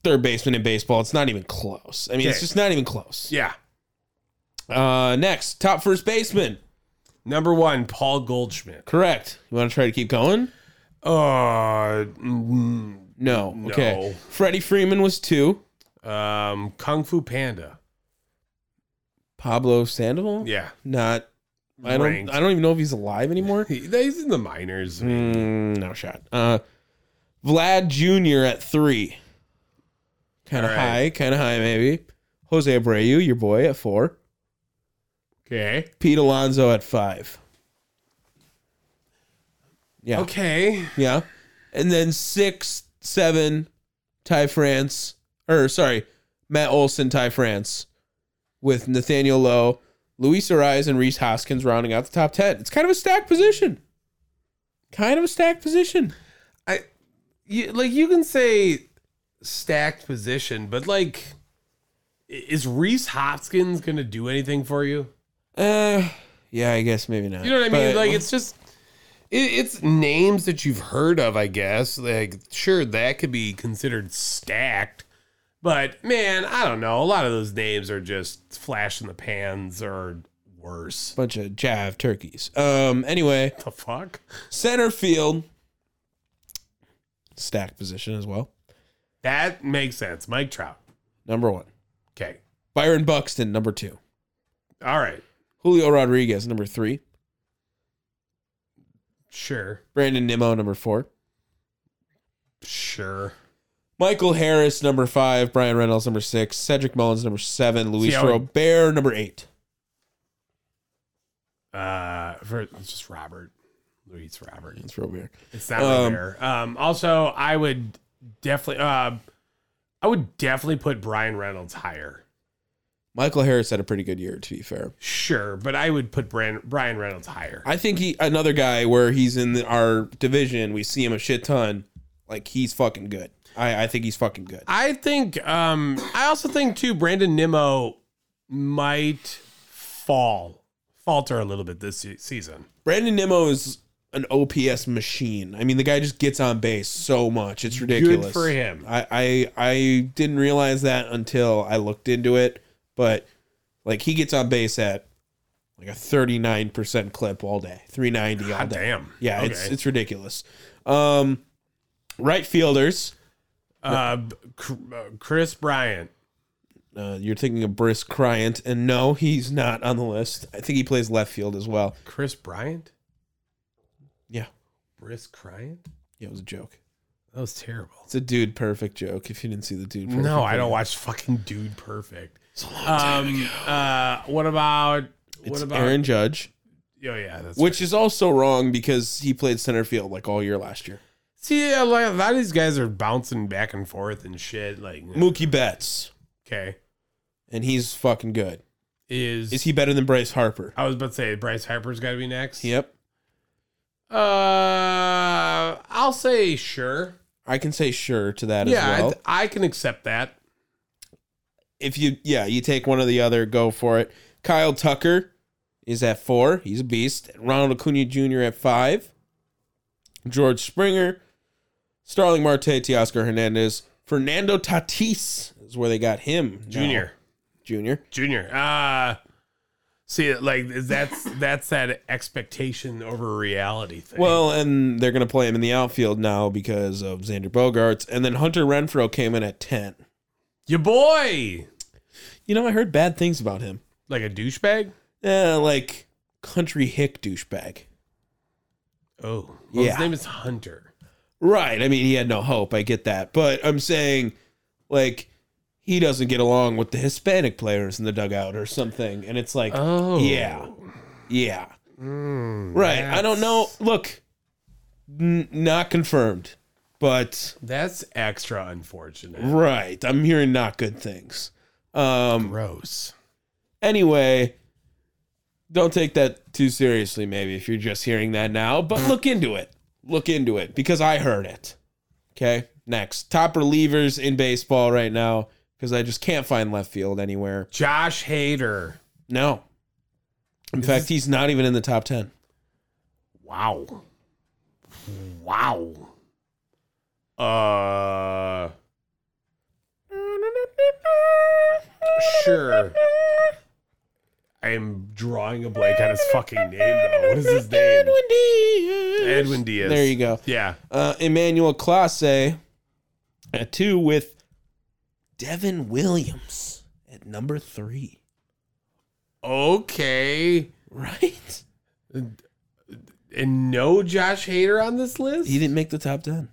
Speaker 1: third baseman in baseball. It's not even close. I mean, it's
Speaker 3: Okay.
Speaker 1: just not even close.
Speaker 3: Yeah.
Speaker 1: Uh, next, top first baseman.
Speaker 3: Number one, Paul Goldschmidt.
Speaker 1: Correct. You want to try to keep going?
Speaker 3: Uh, mm,
Speaker 1: No. Okay.
Speaker 3: No.
Speaker 1: Freddie Freeman was two.
Speaker 3: um, Kung Fu Panda.
Speaker 1: Pablo Sandoval.
Speaker 3: Yeah.
Speaker 1: Not. I don't.
Speaker 3: Ranked.
Speaker 1: I don't even know if he's alive anymore.
Speaker 3: He- He's in the minors.
Speaker 1: Mm, no shot. Uh, Vlad Jr. at three. Kind of
Speaker 3: All right.
Speaker 1: high, kind of high, maybe. Jose Abreu, your boy, at four.
Speaker 3: Okay.
Speaker 1: Pete Alonso at five. Yeah.
Speaker 3: Okay.
Speaker 1: Yeah. And then six, seven, Ty France, or sorry, Matt Olson, Ty France, with Nathaniel Lowe, Luis Ariz, and Reese Hoskins rounding out the top 10. It's kind of a stacked position. Kind of a stacked position.
Speaker 3: I, you, like you can say stacked position, but like, i- is Reese Hoskins gonna do anything for you?
Speaker 1: Uh, yeah, I guess maybe not.
Speaker 3: You know what I mean?
Speaker 1: But-
Speaker 3: like it's just it, it's names that you've heard of, I guess. Like sure that could be considered stacked, But man, I don't know. A lot of those names are just flash in the pans or worse.
Speaker 1: Bunch of jive turkeys. Um. Anyway,
Speaker 3: What the fuck?
Speaker 1: center field, stack position as well.
Speaker 3: That makes sense. Mike Trout.
Speaker 1: Number one,
Speaker 3: Okay.
Speaker 1: Byron Buxton. Number two,
Speaker 3: All right.
Speaker 1: Julio Rodriguez. Number three,
Speaker 3: Sure.
Speaker 1: Brandon Nimmo. Number four,
Speaker 3: Sure.
Speaker 1: Michael Harris. Number five, Brian Reynolds. Number six, Cedric Mullins. Number seven, Luis
Speaker 3: See, I would-
Speaker 1: Robert. Number eight.
Speaker 3: Uh, for, it's just Robert. Luis Robert.
Speaker 1: That's Robert.
Speaker 3: It's not
Speaker 1: Um,
Speaker 3: Robert. Um, also, I would definitely, uh, I would definitely put Brian Reynolds higher.
Speaker 1: Michael Harris had a pretty good year, to be fair.
Speaker 3: Sure, but I would put Brian, Brian Reynolds higher.
Speaker 1: I think he another guy where he's in the, our division. We see him a shit ton. Like he's fucking good. I, I think he's fucking good.
Speaker 3: I think um I also think too Brandon Nimmo might fall falter a little bit this se- season.
Speaker 1: Brandon Nimmo is an OPS machine. I mean, the guy just gets on base so much. It's ridiculous.
Speaker 3: for him.
Speaker 1: I, I I didn't realize that until I looked into it. But like he gets on base at like a thirty nine percent clip all day, three ninety all
Speaker 3: God
Speaker 1: day.
Speaker 3: Ah, damn.
Speaker 1: Yeah,
Speaker 3: Okay.
Speaker 1: it's it's ridiculous. Um, right fielders.
Speaker 3: uh, b- cr- uh, Chris Bryant.
Speaker 1: Uh, you're thinking of Brisk Cryant, and no, he's not on the list. I think he plays left field as well.
Speaker 3: Chris Bryant?
Speaker 1: Yeah,
Speaker 3: Brisk Bryant?
Speaker 1: yeah, it was a joke.
Speaker 3: That was terrible.
Speaker 1: It's a dude perfect joke. If you didn't see the dude, perfect
Speaker 3: No, I
Speaker 1: video.
Speaker 3: don't watch fucking Dude Perfect. Um uh what about
Speaker 1: It's
Speaker 3: what about
Speaker 1: Aaron Judge,
Speaker 3: Oh yeah, that's
Speaker 1: which is also wrong because he played center field like all year last year.
Speaker 3: See, a lot a lot of these guys are bouncing back and forth and shit like
Speaker 1: Mookie Betts,
Speaker 3: okay.
Speaker 1: and he's fucking good.
Speaker 3: Is,
Speaker 1: Is he better than Bryce Harper?
Speaker 3: I was about to say Bryce Harper's got to be next.
Speaker 1: Yep,
Speaker 3: Uh, I'll say sure.
Speaker 1: I can say sure to that
Speaker 3: yeah,
Speaker 1: as well.
Speaker 3: I, th- I can accept that.
Speaker 1: if you yeah you take one or the other go for it kyle tucker is at four he's a beast ronald acuna jr at five george springer starling marte teoscar hernandez fernando tatis is where they got him now.
Speaker 3: Junior,
Speaker 1: junior
Speaker 3: junior. Uh, see, like that's that's that expectation over reality thing.
Speaker 1: well and they're going to play him in the outfield now because of xander bogarts and then hunter renfro came in at 10
Speaker 3: your boy,
Speaker 1: you know i heard bad things about him
Speaker 3: like a douchebag.
Speaker 1: yeah like country hick douchebag
Speaker 3: Oh, well,
Speaker 1: Yeah.
Speaker 3: His name is Hunter.
Speaker 1: Right. I mean, he had no hope. I get that. But I'm saying, like, he doesn't get along with the Hispanic players in the dugout or something. And it's like,
Speaker 3: Oh,
Speaker 1: yeah. Yeah.
Speaker 3: Mm,
Speaker 1: Right. I
Speaker 3: that's-
Speaker 1: don't know. Look, n- not confirmed, but
Speaker 3: That's extra unfortunate.
Speaker 1: right. I'm hearing not good things. Um,
Speaker 3: Gross.
Speaker 1: anyway, don't take that too seriously, maybe, if you're just hearing that now, but look into it. Look into it because I heard it. Okay. Next, top relievers in baseball right now because I just can't find left field anywhere.
Speaker 3: Josh Hader.
Speaker 1: No. In fact, he's not even in the top 10.
Speaker 3: Wow. Wow. Uh Sure. I'm drawing a blank on his fucking name though. What is his name?
Speaker 1: Edwin Diaz.
Speaker 3: Edwin Diaz.
Speaker 1: There you go.
Speaker 3: Yeah.
Speaker 1: Uh, Emmanuel Classe at two with Devin Williams at number three.
Speaker 3: Okay.
Speaker 1: Right?
Speaker 3: And no Josh Hader on this list?
Speaker 1: He didn't make the top 10.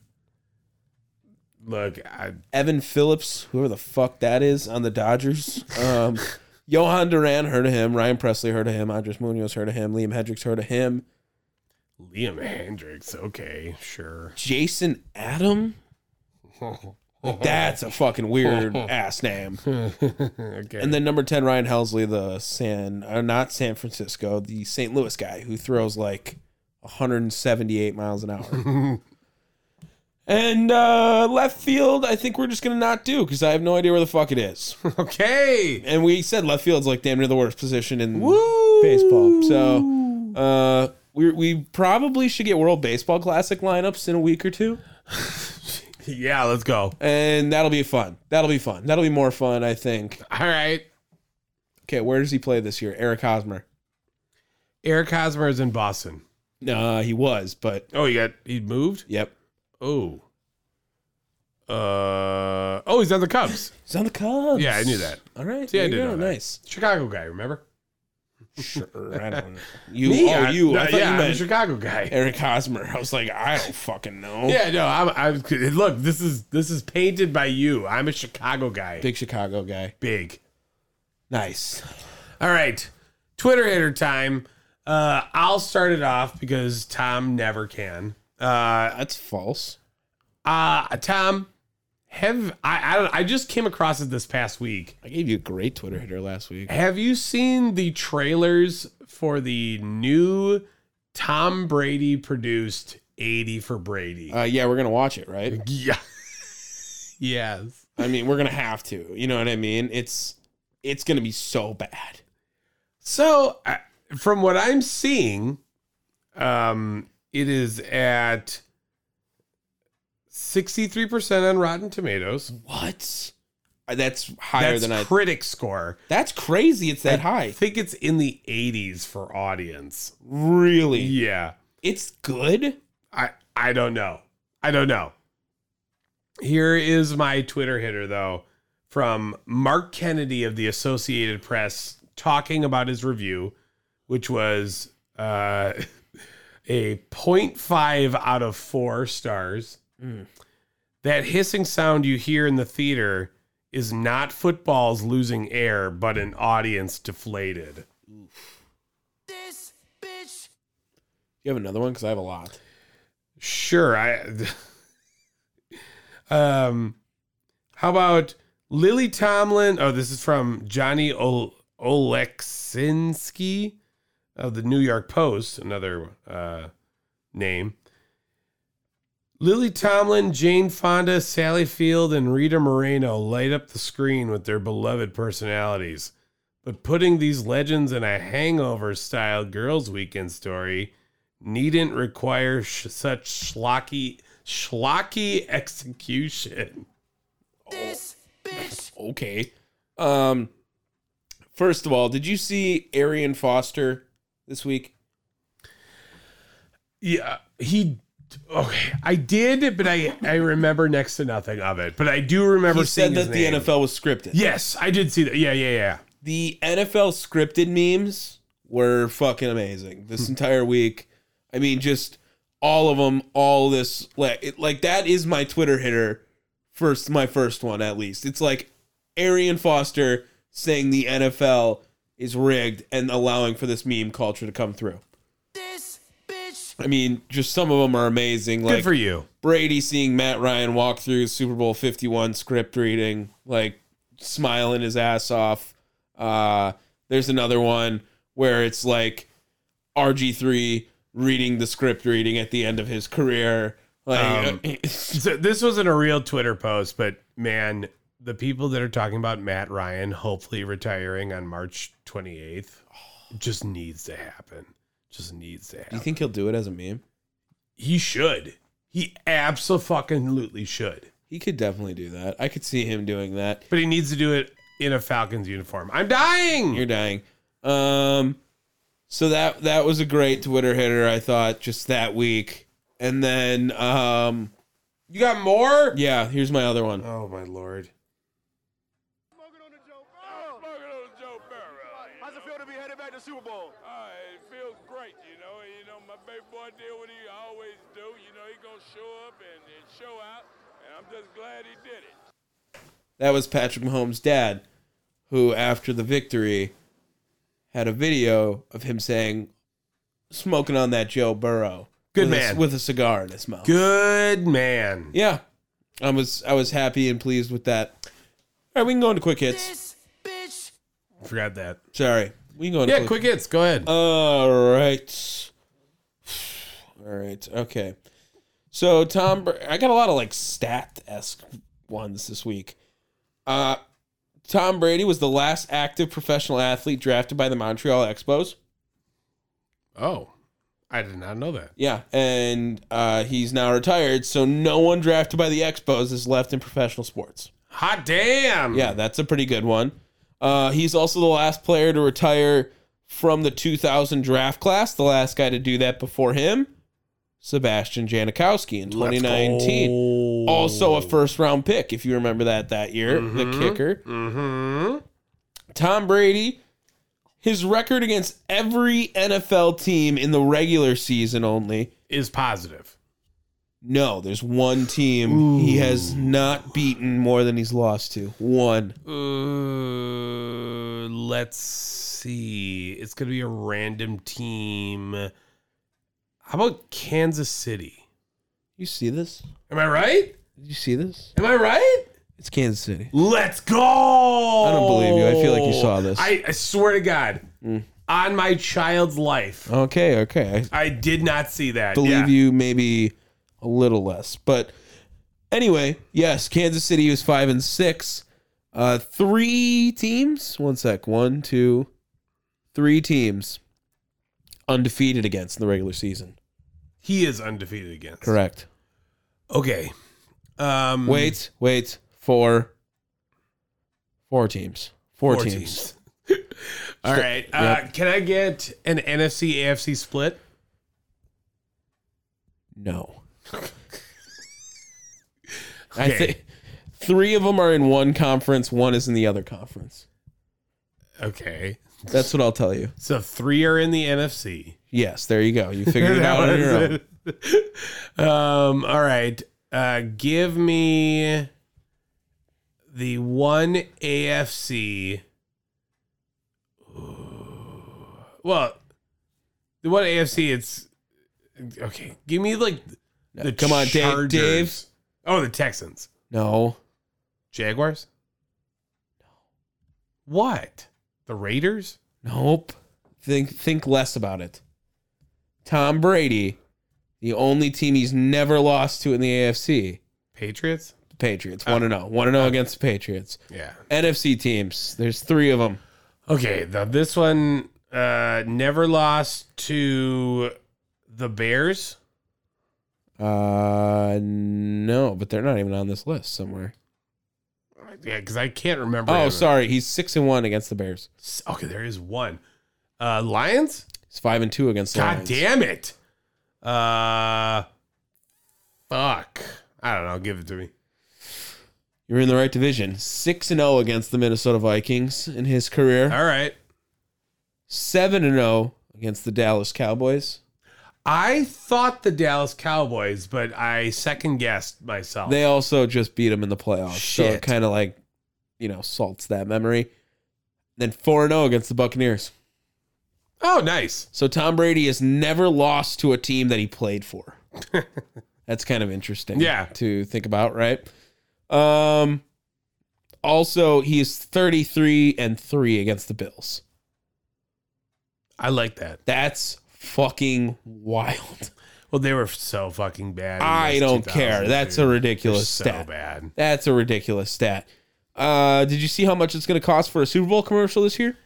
Speaker 3: Look, I,
Speaker 1: Evan Phillips, whoever the fuck that is, on the Dodgers. Um, Johan Duran heard of him. Ryan Presley heard of him. Andres Munoz heard of him. Liam Hendricks heard of him.
Speaker 3: Liam Hendricks. Okay, sure.
Speaker 1: Jason Adam. That's a fucking weird ass name.
Speaker 3: okay.
Speaker 1: And then number 10, Ryan Helsley, the San, uh, not San Francisco, the St. Louis guy who throws like 178 miles an hour. and uh, left field, I think we're just going to not do because I have no idea where the fuck it is.
Speaker 3: okay.
Speaker 1: and we said left field's like damn near the worst position in
Speaker 3: Woo!
Speaker 1: baseball. So uh, we we probably should get World Baseball Classic lineups in a week or two.
Speaker 3: Yeah, let's go.
Speaker 1: and that'll be fun. That'll be fun. That'll be more fun, I think.
Speaker 3: All right.
Speaker 1: Okay, where does he play this year? Eric Hosmer.
Speaker 3: Eric Hosmer is in Boston.
Speaker 1: Uh, he was, but
Speaker 3: Oh, he got he moved?
Speaker 1: yep,
Speaker 3: Oh. Uh oh, he's on the Cubs.
Speaker 1: he's on the Cubs.
Speaker 3: Yeah, I knew that.
Speaker 1: All right,
Speaker 3: See, I
Speaker 1: there you
Speaker 3: did
Speaker 1: go.
Speaker 3: know that.
Speaker 1: Nice.
Speaker 3: Chicago guy, remember?
Speaker 1: Sure, I don't know. You,
Speaker 3: Me?
Speaker 1: oh,
Speaker 3: I-
Speaker 1: you.
Speaker 3: no,
Speaker 1: I thought
Speaker 3: yeah,
Speaker 1: you
Speaker 3: I'm a
Speaker 1: meant
Speaker 3: Chicago guy.
Speaker 1: Eric Hosmer. I was like, I don't fucking know.
Speaker 3: Yeah, no, I'm, I'm. Look, this is this is painted by you. I'm a Chicago guy.
Speaker 1: Big Chicago guy.
Speaker 3: big.
Speaker 1: Nice.
Speaker 3: All right, Twitter hitter time. Uh, I'll start it off because Tom never can. Uh,
Speaker 1: That's false.
Speaker 3: uh, Tom, have I? I don't. I just came across it this past week.
Speaker 1: I gave you a great Twitter hitter last week.
Speaker 3: Have you seen the trailers for the new Tom Brady produced 80 for Brady?
Speaker 1: Uh, yeah, we're gonna watch it, right?
Speaker 3: yeah. yes.
Speaker 1: I mean, we're gonna have to. You know what I mean? It's it's gonna be so bad.
Speaker 3: So, uh, from what I'm seeing, um, it is at 63% on Rotten Tomatoes.
Speaker 1: What? Uh, That's higher
Speaker 3: That's
Speaker 1: than I.
Speaker 3: critic score.
Speaker 1: That's crazy. It's that
Speaker 3: I
Speaker 1: high.
Speaker 3: think it's in the 80s for audience.
Speaker 1: Really?
Speaker 3: Yeah.
Speaker 1: It's good.
Speaker 3: I I don't know. I don't know. Here is my Twitter hitter though from Mark Kennedy of the Associated Press talking about his review, which was uh, a 0.5 out of four stars. That hissing sound you hear in the theater is not footballs losing air, but an audience deflated.
Speaker 1: You have another one because I have a lot.
Speaker 3: Sure. I um how about Lily Tomlin? Oh, this is from Johnny Ol- Oleksinski of the New York Post, another uh name. Lily Tomlin, Jane Fonda, Sally Field, and Rita Moreno light up the screen with their beloved personalities. But putting these legends in a hangover style girls' weekend story needn't require sh- such schlocky schlocky execution.
Speaker 1: Okay. Um. First of all, did you see Arian Foster this week?
Speaker 3: Yeah, he. Okay, I did, but I I remember next to nothing of it. But I do remember
Speaker 1: He
Speaker 3: seeing
Speaker 1: said that
Speaker 3: his
Speaker 1: the
Speaker 3: name.
Speaker 1: NFL was scripted.
Speaker 3: Yes, I did see that. Yeah, yeah, yeah.
Speaker 1: The NFL scripted memes were fucking amazing this
Speaker 3: Hmm.
Speaker 1: entire week. I mean, just all of them, all this like it, like that is my Twitter hitter first my first one at least. It's like Arian Foster saying the NFL is rigged and allowing for this meme culture to come through. I mean, just some of them are amazing.
Speaker 3: Good
Speaker 1: Like
Speaker 3: for you.
Speaker 1: Brady seeing Matt Ryan walk through Super Bowl 51 script reading, like smiling his ass off. Uh, there's another one where it's like RG3 reading the script reading at the end of his career. Like,
Speaker 3: Um, So this wasn't a real Twitter post, but man, the people that are talking about Matt Ryan hopefully retiring on March 28th just needs to happen. Just needs to
Speaker 1: do
Speaker 3: happen.
Speaker 1: you think he'll do it as a meme?
Speaker 3: he should. He absolutely should.
Speaker 1: He could definitely do that. I could see him doing that.
Speaker 3: But he needs to do it in a Falcons uniform. I'm dying.
Speaker 1: You're dying. Um, so that that was a great Twitter hitter, I thought, just that week. And then, um,
Speaker 3: you got more?
Speaker 1: yeah, here's my other one.
Speaker 3: Oh my lord.
Speaker 4: How's it feel to be headed back to Super Bowl? it feels great, you know. You know, my big boy did what he always do. You know, he gonna show up and, and show out, and I'm just glad he did it.
Speaker 1: That was Patrick Mahomes' dad, who, after the victory, had a video of him saying, smoking on that Joe Burrow.
Speaker 3: Good
Speaker 1: with a-
Speaker 3: man.
Speaker 1: with a cigar in his mouth.
Speaker 3: Good man.
Speaker 1: Yeah. I was I was happy and pleased with that. All right, we can go into quick hits.
Speaker 3: Forgot that.
Speaker 1: Sorry. We can go into
Speaker 3: Yeah, quick hits. Go ahead.
Speaker 1: All right. All right. Okay. So Tom, Br- I got a lot of like stat esque ones this week. Uh, Tom Brady was the last active professional athlete drafted by the Montreal Expos.
Speaker 3: oh. I did not know that.
Speaker 1: Yeah, and uh, he's now retired, so no one drafted by the Expos is left in professional sports.
Speaker 3: Hot damn.
Speaker 1: Yeah, that's a pretty good one. Uh, he's also the last player to retire from the 2000 draft class. The last guy to do that before him, Sebastian Janikowski in 2019. Also a first round pick, if you remember that that year, the kicker.
Speaker 3: Mm-hmm.
Speaker 1: Tom Brady, his record against every NFL team in the regular season only.
Speaker 3: Is positive.
Speaker 1: No, there's one team he has not beaten more than he's lost to. One.
Speaker 3: Uh, let's see. It's gonna be a random team. How about Kansas City?
Speaker 1: You see this?
Speaker 3: Am I right?
Speaker 1: Did you see this?
Speaker 3: Am I right?
Speaker 1: It's Kansas City.
Speaker 3: Let's go.
Speaker 1: I don't believe you. I feel like you saw this.
Speaker 3: I, I swear to God, on my child's life,
Speaker 1: Okay, okay.
Speaker 3: I did not see that.
Speaker 1: I Oh. believe
Speaker 3: Yeah.
Speaker 1: you maybe a little less. But anyway, yes, Kansas City was five and six. Uh three teams. One sec. One, two, three teams undefeated against in the regular season.
Speaker 3: He is undefeated against.
Speaker 1: Correct.
Speaker 3: Okay. Um,
Speaker 1: Wait, wait. Four. Four teams. Four,
Speaker 3: four
Speaker 1: teams.
Speaker 3: teams. All right. Uh, Can I get an NFC AFC split?
Speaker 1: No. I
Speaker 3: Okay.
Speaker 1: think three of them are in one conference. One is in the other conference.
Speaker 3: Okay.
Speaker 1: That's what I'll tell you.
Speaker 3: So three are in the NFC.
Speaker 1: Yes, there you go. You figured it out on your own.
Speaker 3: um, all right. Uh, give me the one AFC. Well, the one AFC, it's okay. Give me like
Speaker 1: No,
Speaker 3: the
Speaker 1: come on, Dave.
Speaker 3: Chargers.
Speaker 1: Dave.
Speaker 3: Oh, the Texans.
Speaker 1: No,
Speaker 3: Jaguars? No. What? The Raiders?
Speaker 1: nope. Think think less about it. Tom Brady, the only team he's never lost to in the AFC,
Speaker 3: Patriots?
Speaker 1: the Patriots.
Speaker 3: Uh,
Speaker 1: One to zero. One to zero against the Patriots.
Speaker 3: Yeah.
Speaker 1: NFC teams. There's three of them.
Speaker 3: Okay, now this one uh never lost to the Bears.
Speaker 1: Uh, no, but they're not even on this list somewhere.
Speaker 3: Yeah, because I can't remember.
Speaker 1: Oh,
Speaker 3: him.
Speaker 1: sorry. He's six and one against the Bears.
Speaker 3: S- Okay, there is one. Uh Lions?
Speaker 1: He's five and two against the
Speaker 3: God
Speaker 1: Lions.
Speaker 3: damn it. Uh fuck. I don't know, give it to me.
Speaker 1: You're in the right division. Six and zero against the Minnesota Vikings in his career.
Speaker 3: All right.
Speaker 1: Seven and zero against the Dallas Cowboys.
Speaker 3: I thought the Dallas Cowboys, but I second guessed myself.
Speaker 1: They also just beat them in the playoffs, so
Speaker 3: Shit.
Speaker 1: it kind of like you know salts that memory. Then four and zero against the Buccaneers.
Speaker 3: oh, nice.
Speaker 1: So Tom Brady has never lost to a team that he played for. That's kind of interesting.
Speaker 3: Yeah.
Speaker 1: To think about, right? Um also he is 33 and 3 against the Bills.
Speaker 3: I like that.
Speaker 1: That's fucking wild.
Speaker 3: Well, they were so fucking bad. in
Speaker 1: I
Speaker 3: those
Speaker 1: don't
Speaker 3: 2000s,
Speaker 1: care. That's
Speaker 3: dude.
Speaker 1: a
Speaker 3: They're
Speaker 1: ridiculous
Speaker 3: so
Speaker 1: stat.
Speaker 3: bad.
Speaker 1: That's a ridiculous stat. Uh did you see how much it's going to cost for a Super Bowl commercial this year?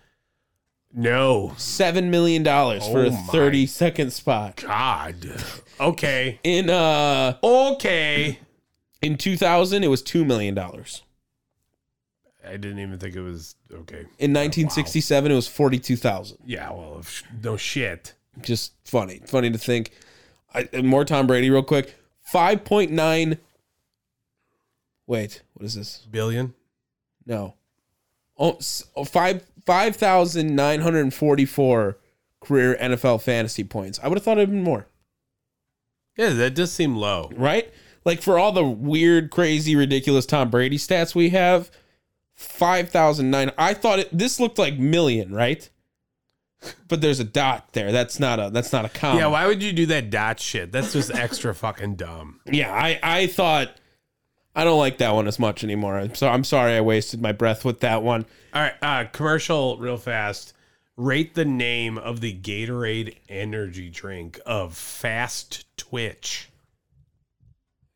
Speaker 3: No.
Speaker 1: 7 million dollars for
Speaker 3: Oh
Speaker 1: a
Speaker 3: my.
Speaker 1: 30 second spot.
Speaker 3: God. Okay.
Speaker 1: In uh
Speaker 3: Okay.
Speaker 1: in 2000 it was 2 million dollars.
Speaker 3: I didn't even think it was okay.
Speaker 1: In 1967, it was 42,000.
Speaker 3: Yeah, well, if sh- no shit.
Speaker 1: Just funny. Funny to think. I, and more Tom Brady, real quick. 5.9. Wait, what is this?
Speaker 3: Billion?
Speaker 1: No. Oh, s- oh, five- 5,944 career NFL fantasy points. I would have thought it would been more,
Speaker 3: Yeah, that does seem low.
Speaker 1: right? Like for all the weird, crazy, ridiculous Tom Brady stats we have, 5,009. I thought it, this looked like million, right? But there's a dot there. That's not a that's not a comma.
Speaker 3: Yeah, why would you do that dot shit? That's just extra fucking dumb.
Speaker 1: yeah, I, I thought I don't like that one as much anymore. I'm so I'm sorry I wasted my breath with that one.
Speaker 3: All right, uh, commercial real fast. Rate the name of the Gatorade energy drink of Fast Twitch.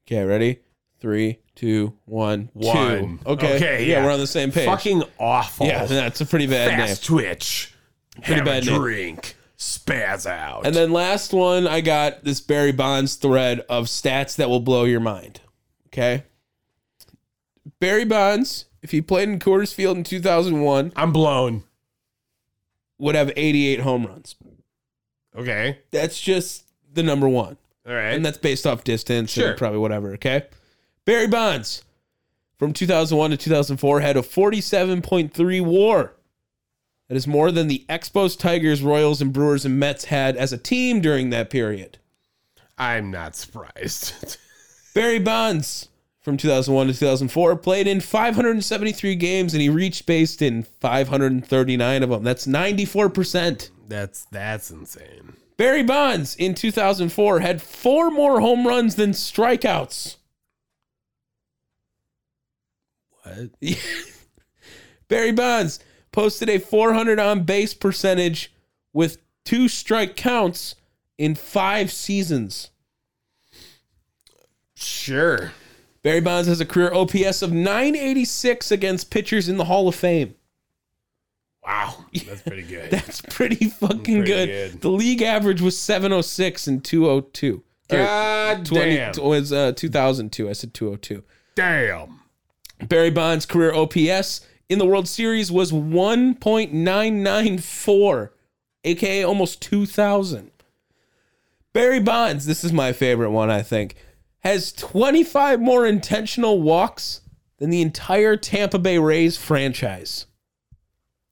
Speaker 1: Okay, ready? Three, two, one, two.
Speaker 3: One.
Speaker 1: Okay.
Speaker 3: Okay,
Speaker 1: yeah.
Speaker 3: yeah.
Speaker 1: we're on the same page.
Speaker 3: Fucking awful.
Speaker 1: yeah, that's a pretty bad
Speaker 3: Fast Twitch.
Speaker 1: Pretty
Speaker 3: Have
Speaker 1: bad
Speaker 3: a
Speaker 1: name.
Speaker 3: drink.
Speaker 1: name.
Speaker 3: Spaz out.
Speaker 1: And then last one, I got this Barry Bonds thread of stats that will blow your mind. Okay. Barry Bonds, if he played in Coors Field in 2001,
Speaker 3: I'm blown.
Speaker 1: would have 88 home runs.
Speaker 3: Okay.
Speaker 1: That's just the number one.
Speaker 3: All right.
Speaker 1: And that's based off distance
Speaker 3: Sure.
Speaker 1: and probably whatever. Okay. Barry Bonds from 2001 to 2004 had a 47.3 war. That is more than the Expos, Tigers, Royals, and Brewers and Mets had as a team during that period.
Speaker 3: I'm not surprised.
Speaker 1: Barry Bonds from 2001 to 2004 played in 573 games and he reached based in 539 of them. That's 94%.
Speaker 3: that's that's insane.
Speaker 1: Barry Bonds in 2004 had four more home runs than strikeouts.
Speaker 3: What?
Speaker 1: Barry Bonds posted a 400 on base percentage with two strike counts in five seasons.
Speaker 3: Sure.
Speaker 1: Barry Bonds has a career OPS of 986 against pitchers in the Hall of Fame.
Speaker 3: Wow. That's pretty good.
Speaker 1: That's pretty fucking
Speaker 3: Pretty
Speaker 1: good.
Speaker 3: good.
Speaker 1: The league average was 706 and 202. Or
Speaker 3: God
Speaker 1: 20
Speaker 3: damn.
Speaker 1: was uh, 2002. I said 202.
Speaker 3: damn.
Speaker 1: Barry Bonds' career OPS in the World Series was 1.994, aka almost 2,000. Barry Bonds, this is my favorite one, I think, has 25 more intentional walks than the entire Tampa Bay Rays franchise.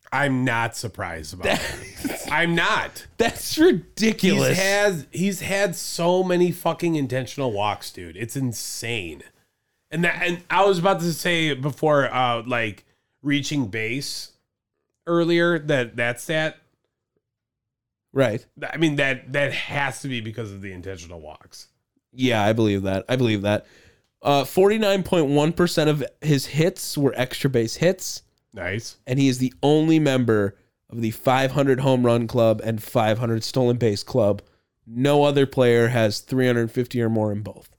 Speaker 3: I'm not surprised about that. I'm not.
Speaker 1: That's
Speaker 3: He's
Speaker 1: ridiculous.
Speaker 3: has he's had so many fucking intentional walks, dude. It's insane. And that and I was about to say before uh like reaching base earlier that that's that
Speaker 1: right.
Speaker 3: I mean that that has to be because of the intentional walks.
Speaker 1: Yeah, I believe that. I believe that. Uh, 49.1% of his hits were extra base hits,
Speaker 3: Nice.
Speaker 1: and he is the only member of the 500 home run club and 500 stolen base club. No other player has 350 or more in both.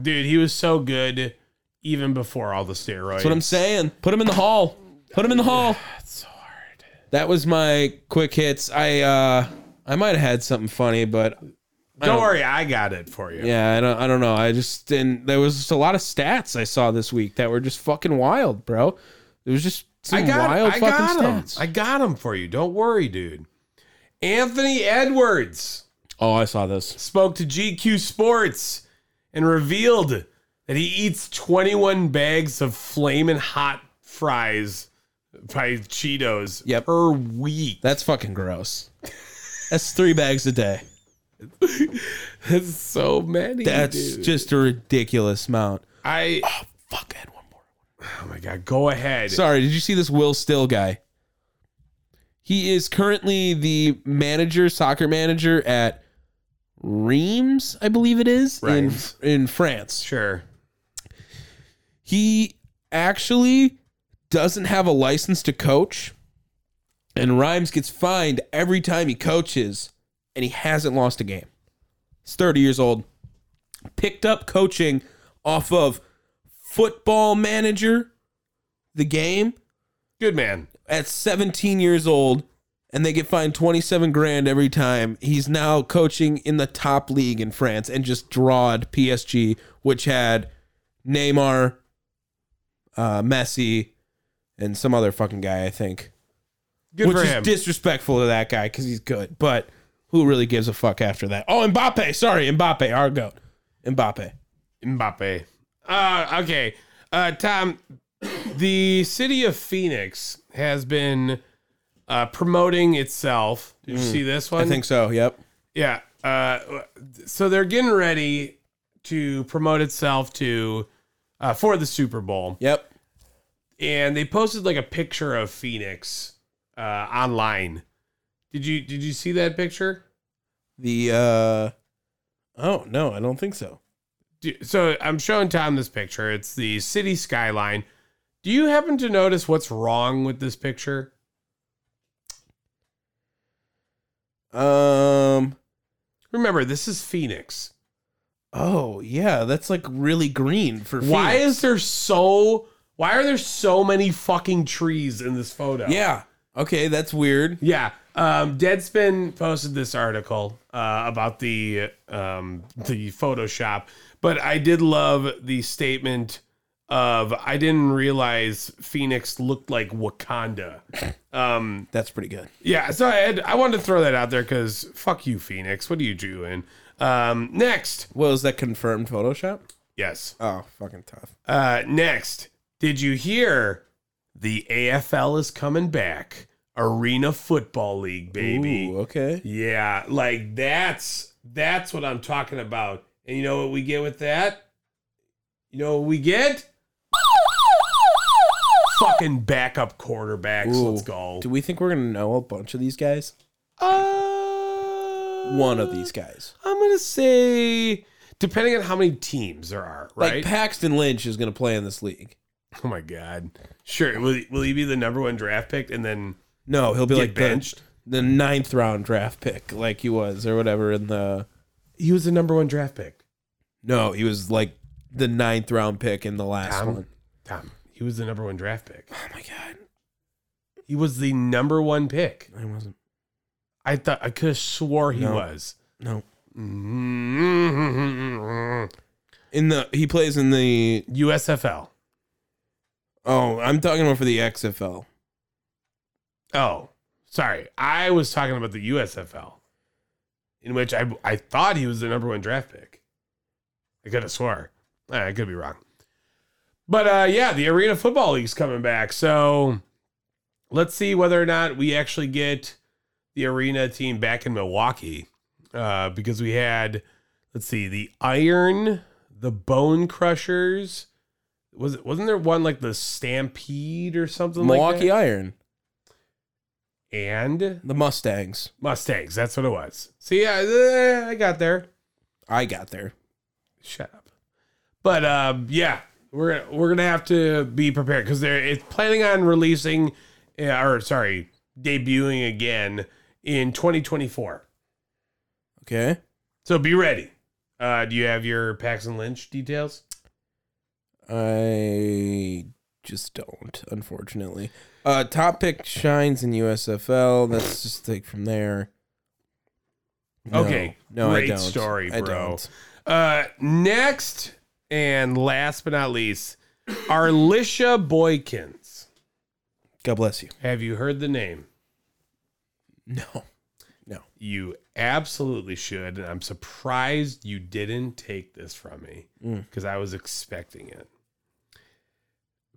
Speaker 3: Dude, he was so good even before all the steroids.
Speaker 1: That's what I'm saying. Put him in the hall. Put him in the hall.
Speaker 3: It's hard.
Speaker 1: That was my quick hits. I uh, I might have had something funny, but
Speaker 3: Don't
Speaker 1: don't-
Speaker 3: worry, I got it for you.
Speaker 1: yeah, I don't I don't know. I just didn't. There was just a lot of stats I saw this week that were just fucking wild, bro. It was just some
Speaker 3: I got,
Speaker 1: wild
Speaker 3: I
Speaker 1: fucking
Speaker 3: got him.
Speaker 1: stats.
Speaker 3: I got him for you. Don't worry, dude. Anthony Edwards
Speaker 1: oh, I saw this.
Speaker 3: spoke to GQ Sports and revealed that he eats 21 bags of flaming hot fries by Cheetos
Speaker 1: Yep.
Speaker 3: per week.
Speaker 1: That's fucking gross. That's three bags a day.
Speaker 3: That's so many.
Speaker 1: That's
Speaker 3: dude.
Speaker 1: just a ridiculous amount.
Speaker 3: I.
Speaker 1: Fuck, I had one more.
Speaker 3: Oh my god. Go ahead.
Speaker 1: Sorry, did you see this Will Still guy? He is currently the manager, soccer manager at Reims, I believe it is, in,
Speaker 3: Reims.
Speaker 1: in France.
Speaker 3: Sure.
Speaker 1: he actually doesn't have a license to coach and rhymes gets fined every time he coaches and he hasn't lost a game he's 30 years old picked up coaching off of football manager the game
Speaker 3: Good man.
Speaker 1: at 17 years old and they get fined 27 grand every time he's now coaching in the top league in france and just drawed psg which had neymar uh, messi and some other fucking guy i think
Speaker 3: Good
Speaker 1: which
Speaker 3: for
Speaker 1: is
Speaker 3: him.
Speaker 1: disrespectful to that guy because he's good but who really gives a fuck after that oh mbappe sorry mbappe our goat mbappe
Speaker 3: Mbappe. Uh, okay. Uh, Tom, the city of Phoenix has been uh, promoting itself. Did you see this one?
Speaker 1: Mm. i think so yep
Speaker 3: Yeah. Uh, so they're getting ready to promote itself to uh, for the Super Bowl,
Speaker 1: yep
Speaker 3: and they posted like a picture of Phoenix uh, online. Did you did you see that picture?
Speaker 1: the uh oh no i don't think so
Speaker 3: Do- so I'm showing Tom this picture. It's the city skyline. Do you happen to notice what's wrong with this picture?
Speaker 1: um
Speaker 3: Remember, this is Phoenix.
Speaker 1: Oh yeah, that's like really green for
Speaker 3: Why
Speaker 1: Phoenix.
Speaker 3: is there so why are there so many fucking trees in this photo?
Speaker 1: yeah? Okay, that's weird.
Speaker 3: Yeah. Um, Deadspin posted this article uh, about the um, the Photoshop, but I did love the statement of I didn't realize Phoenix looked like Wakanda. Um,
Speaker 1: That's pretty good.
Speaker 3: yeah, so I, had, I wanted to throw that out there because fuck you, Phoenix. What are you doing? Um, next,
Speaker 1: Well, is that confirmed Photoshop?
Speaker 3: yes.
Speaker 1: Oh, fucking tough.
Speaker 3: Uh, next, did you hear the AFL is coming back? Arena Football League, baby.
Speaker 1: Ooh, uh. okay.
Speaker 3: Yeah, like that's that's what I'm talking about. And you know what we get with that? You know what we get? Fucking backup quarterbacks. Let's
Speaker 1: Ooh.
Speaker 3: go.
Speaker 1: Do we think we're gonna know a bunch of these guys?
Speaker 3: Uh,
Speaker 1: One of these guys,
Speaker 3: I'm gonna say, depending on how many teams there are,
Speaker 1: like
Speaker 3: right?
Speaker 1: Paxton Lynch, is gonna play in this league.
Speaker 3: oh my god. Sure. Will will he be the number one draft pick? And then
Speaker 1: No, he'll be
Speaker 3: Get
Speaker 1: like the-
Speaker 3: benched?
Speaker 1: The, ninth round draft pick, like he was, or whatever. In the
Speaker 3: he was the number one draft pick.
Speaker 1: no, he was like the ninth round pick in the last
Speaker 3: Tom,
Speaker 1: one.
Speaker 3: Tom. He was the number one draft pick.
Speaker 1: Oh my god,
Speaker 3: He was the number one pick.
Speaker 1: I wasn't.
Speaker 3: I thought I could have swore he
Speaker 1: No.
Speaker 3: was.
Speaker 1: No,
Speaker 3: USFL.
Speaker 1: in the he plays in the. Oh, I'm talking about for the XFL.
Speaker 3: Oh, sorry. I was talking about the USFL, in which I I thought he was the number one draft pick. I could have swore. Uh, I could be wrong. But uh, yeah, the Arena Football League's coming back, so let's see whether or not we actually get the Arena team back in Milwaukee, uh, because we had let's see the Iron, the Bone Crushers. Was it, wasn't there one like the Stampede or something like that?
Speaker 1: Milwaukee Iron,
Speaker 3: and
Speaker 1: the Mustangs.
Speaker 3: Mustangs. That's what it was. See, I, eh, I got there.
Speaker 1: I got there.
Speaker 3: Shut up. But um, yeah, we're we're gonna have to be prepared because they're it's planning on releasing, eh, or sorry, debuting again in 2024.
Speaker 1: Okay.
Speaker 3: So be ready. Uh, do you have your Paxton Lynch details?
Speaker 1: I just don't, unfortunately. Uh, top pick shines in USFL. Let's just take from there. No.
Speaker 3: Okay,
Speaker 1: No, I
Speaker 3: great
Speaker 1: don't.
Speaker 3: story,
Speaker 1: I
Speaker 3: bro.
Speaker 1: don't.
Speaker 3: Uh, next and last but not least, Arlisha Boykins.
Speaker 1: God bless you.
Speaker 3: Have you heard the name?
Speaker 1: No.
Speaker 3: You absolutely should. And I'm surprised you didn't take this from me
Speaker 1: Mm.
Speaker 3: because I was expecting it.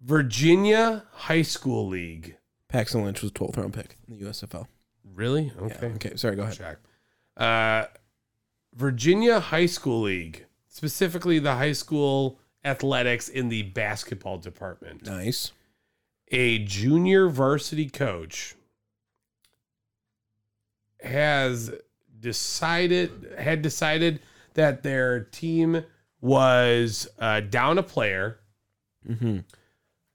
Speaker 3: Virginia High School League.
Speaker 1: Paxton Lynch was 12th round pick in the USFL.
Speaker 3: Really?
Speaker 1: Yeah,
Speaker 3: Okay.
Speaker 1: okay. Sorry. Go ahead.
Speaker 3: Check. Uh, Virginia High School League, specifically the high school athletics in the basketball department.
Speaker 1: Nice.
Speaker 3: a junior varsity coach has decided had decided that their team was uh, down a player
Speaker 1: Mm-hmm.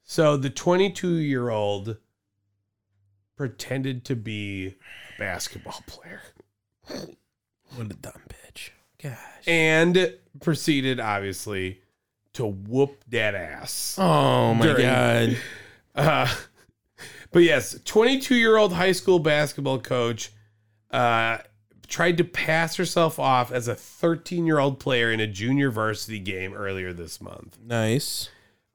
Speaker 3: so the 22 year old pretended to be a basketball player
Speaker 1: What a dumb bitch. Gosh.
Speaker 3: and proceeded obviously to whoop that ass
Speaker 1: Oh my
Speaker 3: During-
Speaker 1: god.
Speaker 3: Uh, but yes, 22 year old high school basketball coach uh, tried to pass herself off as a 13 year old player in a junior varsity game earlier this month.
Speaker 1: Nice.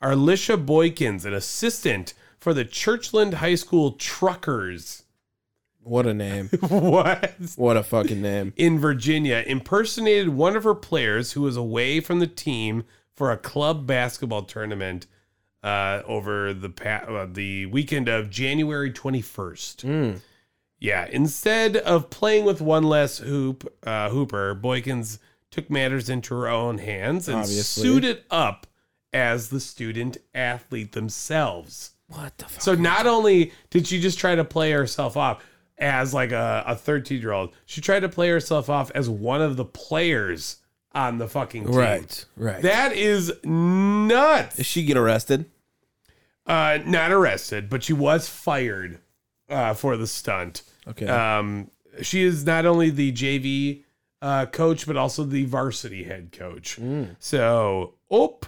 Speaker 3: Arlisha Boykins, an assistant for the Churchland High School Truckers,
Speaker 1: What a name.
Speaker 3: was
Speaker 1: What a fucking name.
Speaker 3: in Virginia, impersonated one of her players who was away from the team for a club basketball tournament uh, over the pa- uh, the weekend of January 21st.
Speaker 1: Mm.
Speaker 3: Yeah, instead of playing with one less hoop uh, hooper, Boykins took matters into her own hands and
Speaker 1: Obviously.
Speaker 3: suited up as the student athlete themselves.
Speaker 1: What the fuck?
Speaker 3: So not only did she just try to play herself off as like a a 13 year old, she tried to play herself off as one of the players on the fucking team.
Speaker 1: Right. Right.
Speaker 3: That is nuts.
Speaker 1: Did she get arrested?
Speaker 3: Uh, not arrested, but she was fired uh, for the stunt.
Speaker 1: Okay.
Speaker 3: Um, she is not only the JV uh, coach, but also the
Speaker 1: Hmm.
Speaker 3: varsity head coach. So, op.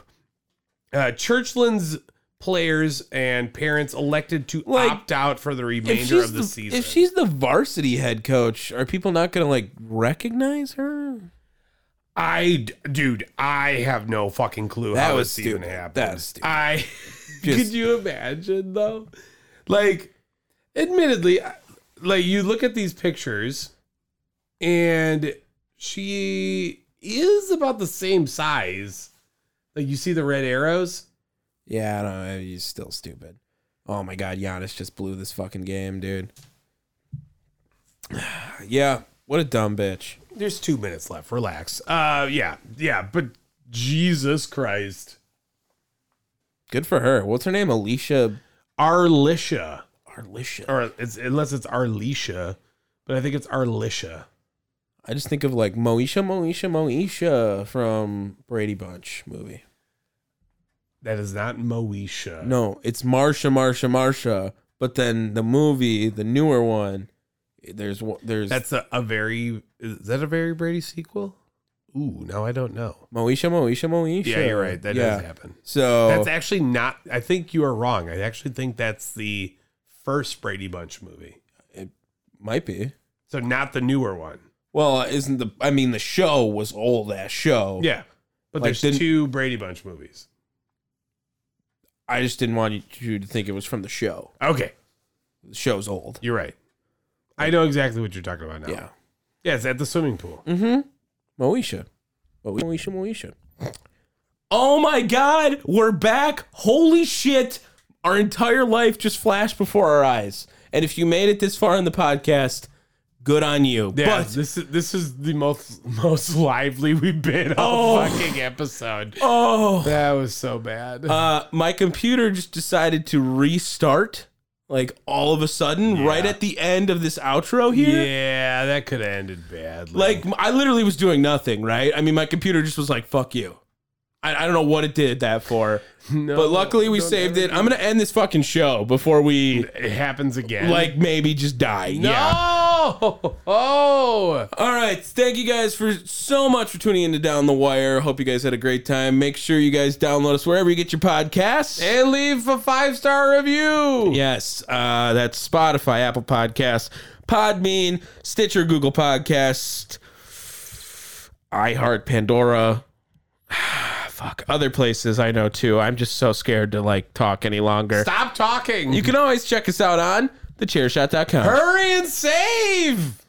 Speaker 3: Uh, Churchland's players and parents elected to
Speaker 1: Like,
Speaker 3: opt out for the
Speaker 1: If
Speaker 3: remainder
Speaker 1: she's
Speaker 3: of the, season.
Speaker 1: If she's the varsity head coach, are people not going to like recognize her?
Speaker 3: I, d- dude, I have no fucking clue
Speaker 1: That
Speaker 3: how
Speaker 1: was
Speaker 3: this season
Speaker 1: stupid.
Speaker 3: happened.
Speaker 1: That was stupid.
Speaker 3: I
Speaker 1: Just-
Speaker 3: could you imagine though? Like, admittedly, I- like you look at these pictures, and she is about the same size. Like you see the red arrows.
Speaker 1: Yeah, I don't know. He's still stupid. Oh my god, Giannis just blew this fucking game, dude. yeah, what a dumb bitch.
Speaker 3: There's two minutes left. Relax. Uh, yeah, yeah, but Jesus Christ,
Speaker 1: Good for her. What's her name? Alicia
Speaker 3: Arlisha,
Speaker 1: Arlisha.
Speaker 3: or it's unless it's Arlisha, but I think it's Arlisha.
Speaker 1: I just think of like Moesha, Moesha, Moesha from Brady Bunch movie.
Speaker 3: That is not Moesha.
Speaker 1: No, it's Marsha, Marsha, Marsha. But then the movie, the newer one, there's one- there's
Speaker 3: That's a, a very is that a very Brady sequel? Ooh, no, I don't know.
Speaker 1: Moesha, Moesha, Moesha.
Speaker 3: Yeah, you're right. That
Speaker 1: Yeah.
Speaker 3: does happen.
Speaker 1: So
Speaker 3: That's actually not I think you are wrong. I actually think that's the first Brady Bunch movie.
Speaker 1: might be.
Speaker 3: So not the newer one.
Speaker 1: Well, isn't the? I mean, the show was old ass show.
Speaker 3: Yeah. But
Speaker 1: Like,
Speaker 3: there's
Speaker 1: didn't-
Speaker 3: two Brady Bunch movies.
Speaker 1: I just didn't want you to think it was from the show.
Speaker 3: Okay,
Speaker 1: The show's old.
Speaker 3: you're right. I know exactly what you're talking about now.
Speaker 1: Yeah. Mm-hmm.
Speaker 3: Yeah, it's at the swimming pool.
Speaker 1: Moesha. Moe- Moesha, Moesha. Oh my God, we're back. Holy shit. Our entire life just flashed before our eyes. And if you made it this far in the podcast, good on you.
Speaker 3: Yeah,
Speaker 1: But
Speaker 3: this is this is the most most lively we've been all
Speaker 1: Oh.
Speaker 3: fucking episode.
Speaker 1: oh,
Speaker 3: That was so bad.
Speaker 1: uh, my computer just decided to restart like all of a sudden right at the end of this outro here.
Speaker 3: Yeah, that could have ended badly.
Speaker 1: Like I literally was doing nothing, right? I mean, my computer just was like, "Fuck you." I, I don't know what it did that for,
Speaker 3: No,
Speaker 1: but luckily we
Speaker 3: don't
Speaker 1: saved
Speaker 3: ever
Speaker 1: it. I'm gonna end this fucking show before we
Speaker 3: do- It happens again.
Speaker 1: like maybe just die.
Speaker 3: no.
Speaker 1: Yeah.
Speaker 3: Oh,
Speaker 1: All right. Thank you guys for so much for tuning in to Down the Wire. Hope you guys had a great time. Make sure you guys download us wherever you get your podcasts.
Speaker 3: and leave a five star review.
Speaker 1: Yes, uh, that's Spotify, Apple Podcasts, Podbean, Stitcher, Google Podcast, iHeart, Pandora. Fuck, other places I know too. I'm just so scared to like talk any longer.
Speaker 3: Stop talking.
Speaker 1: You can always check us out on thechairshot.com.
Speaker 3: hurry and save.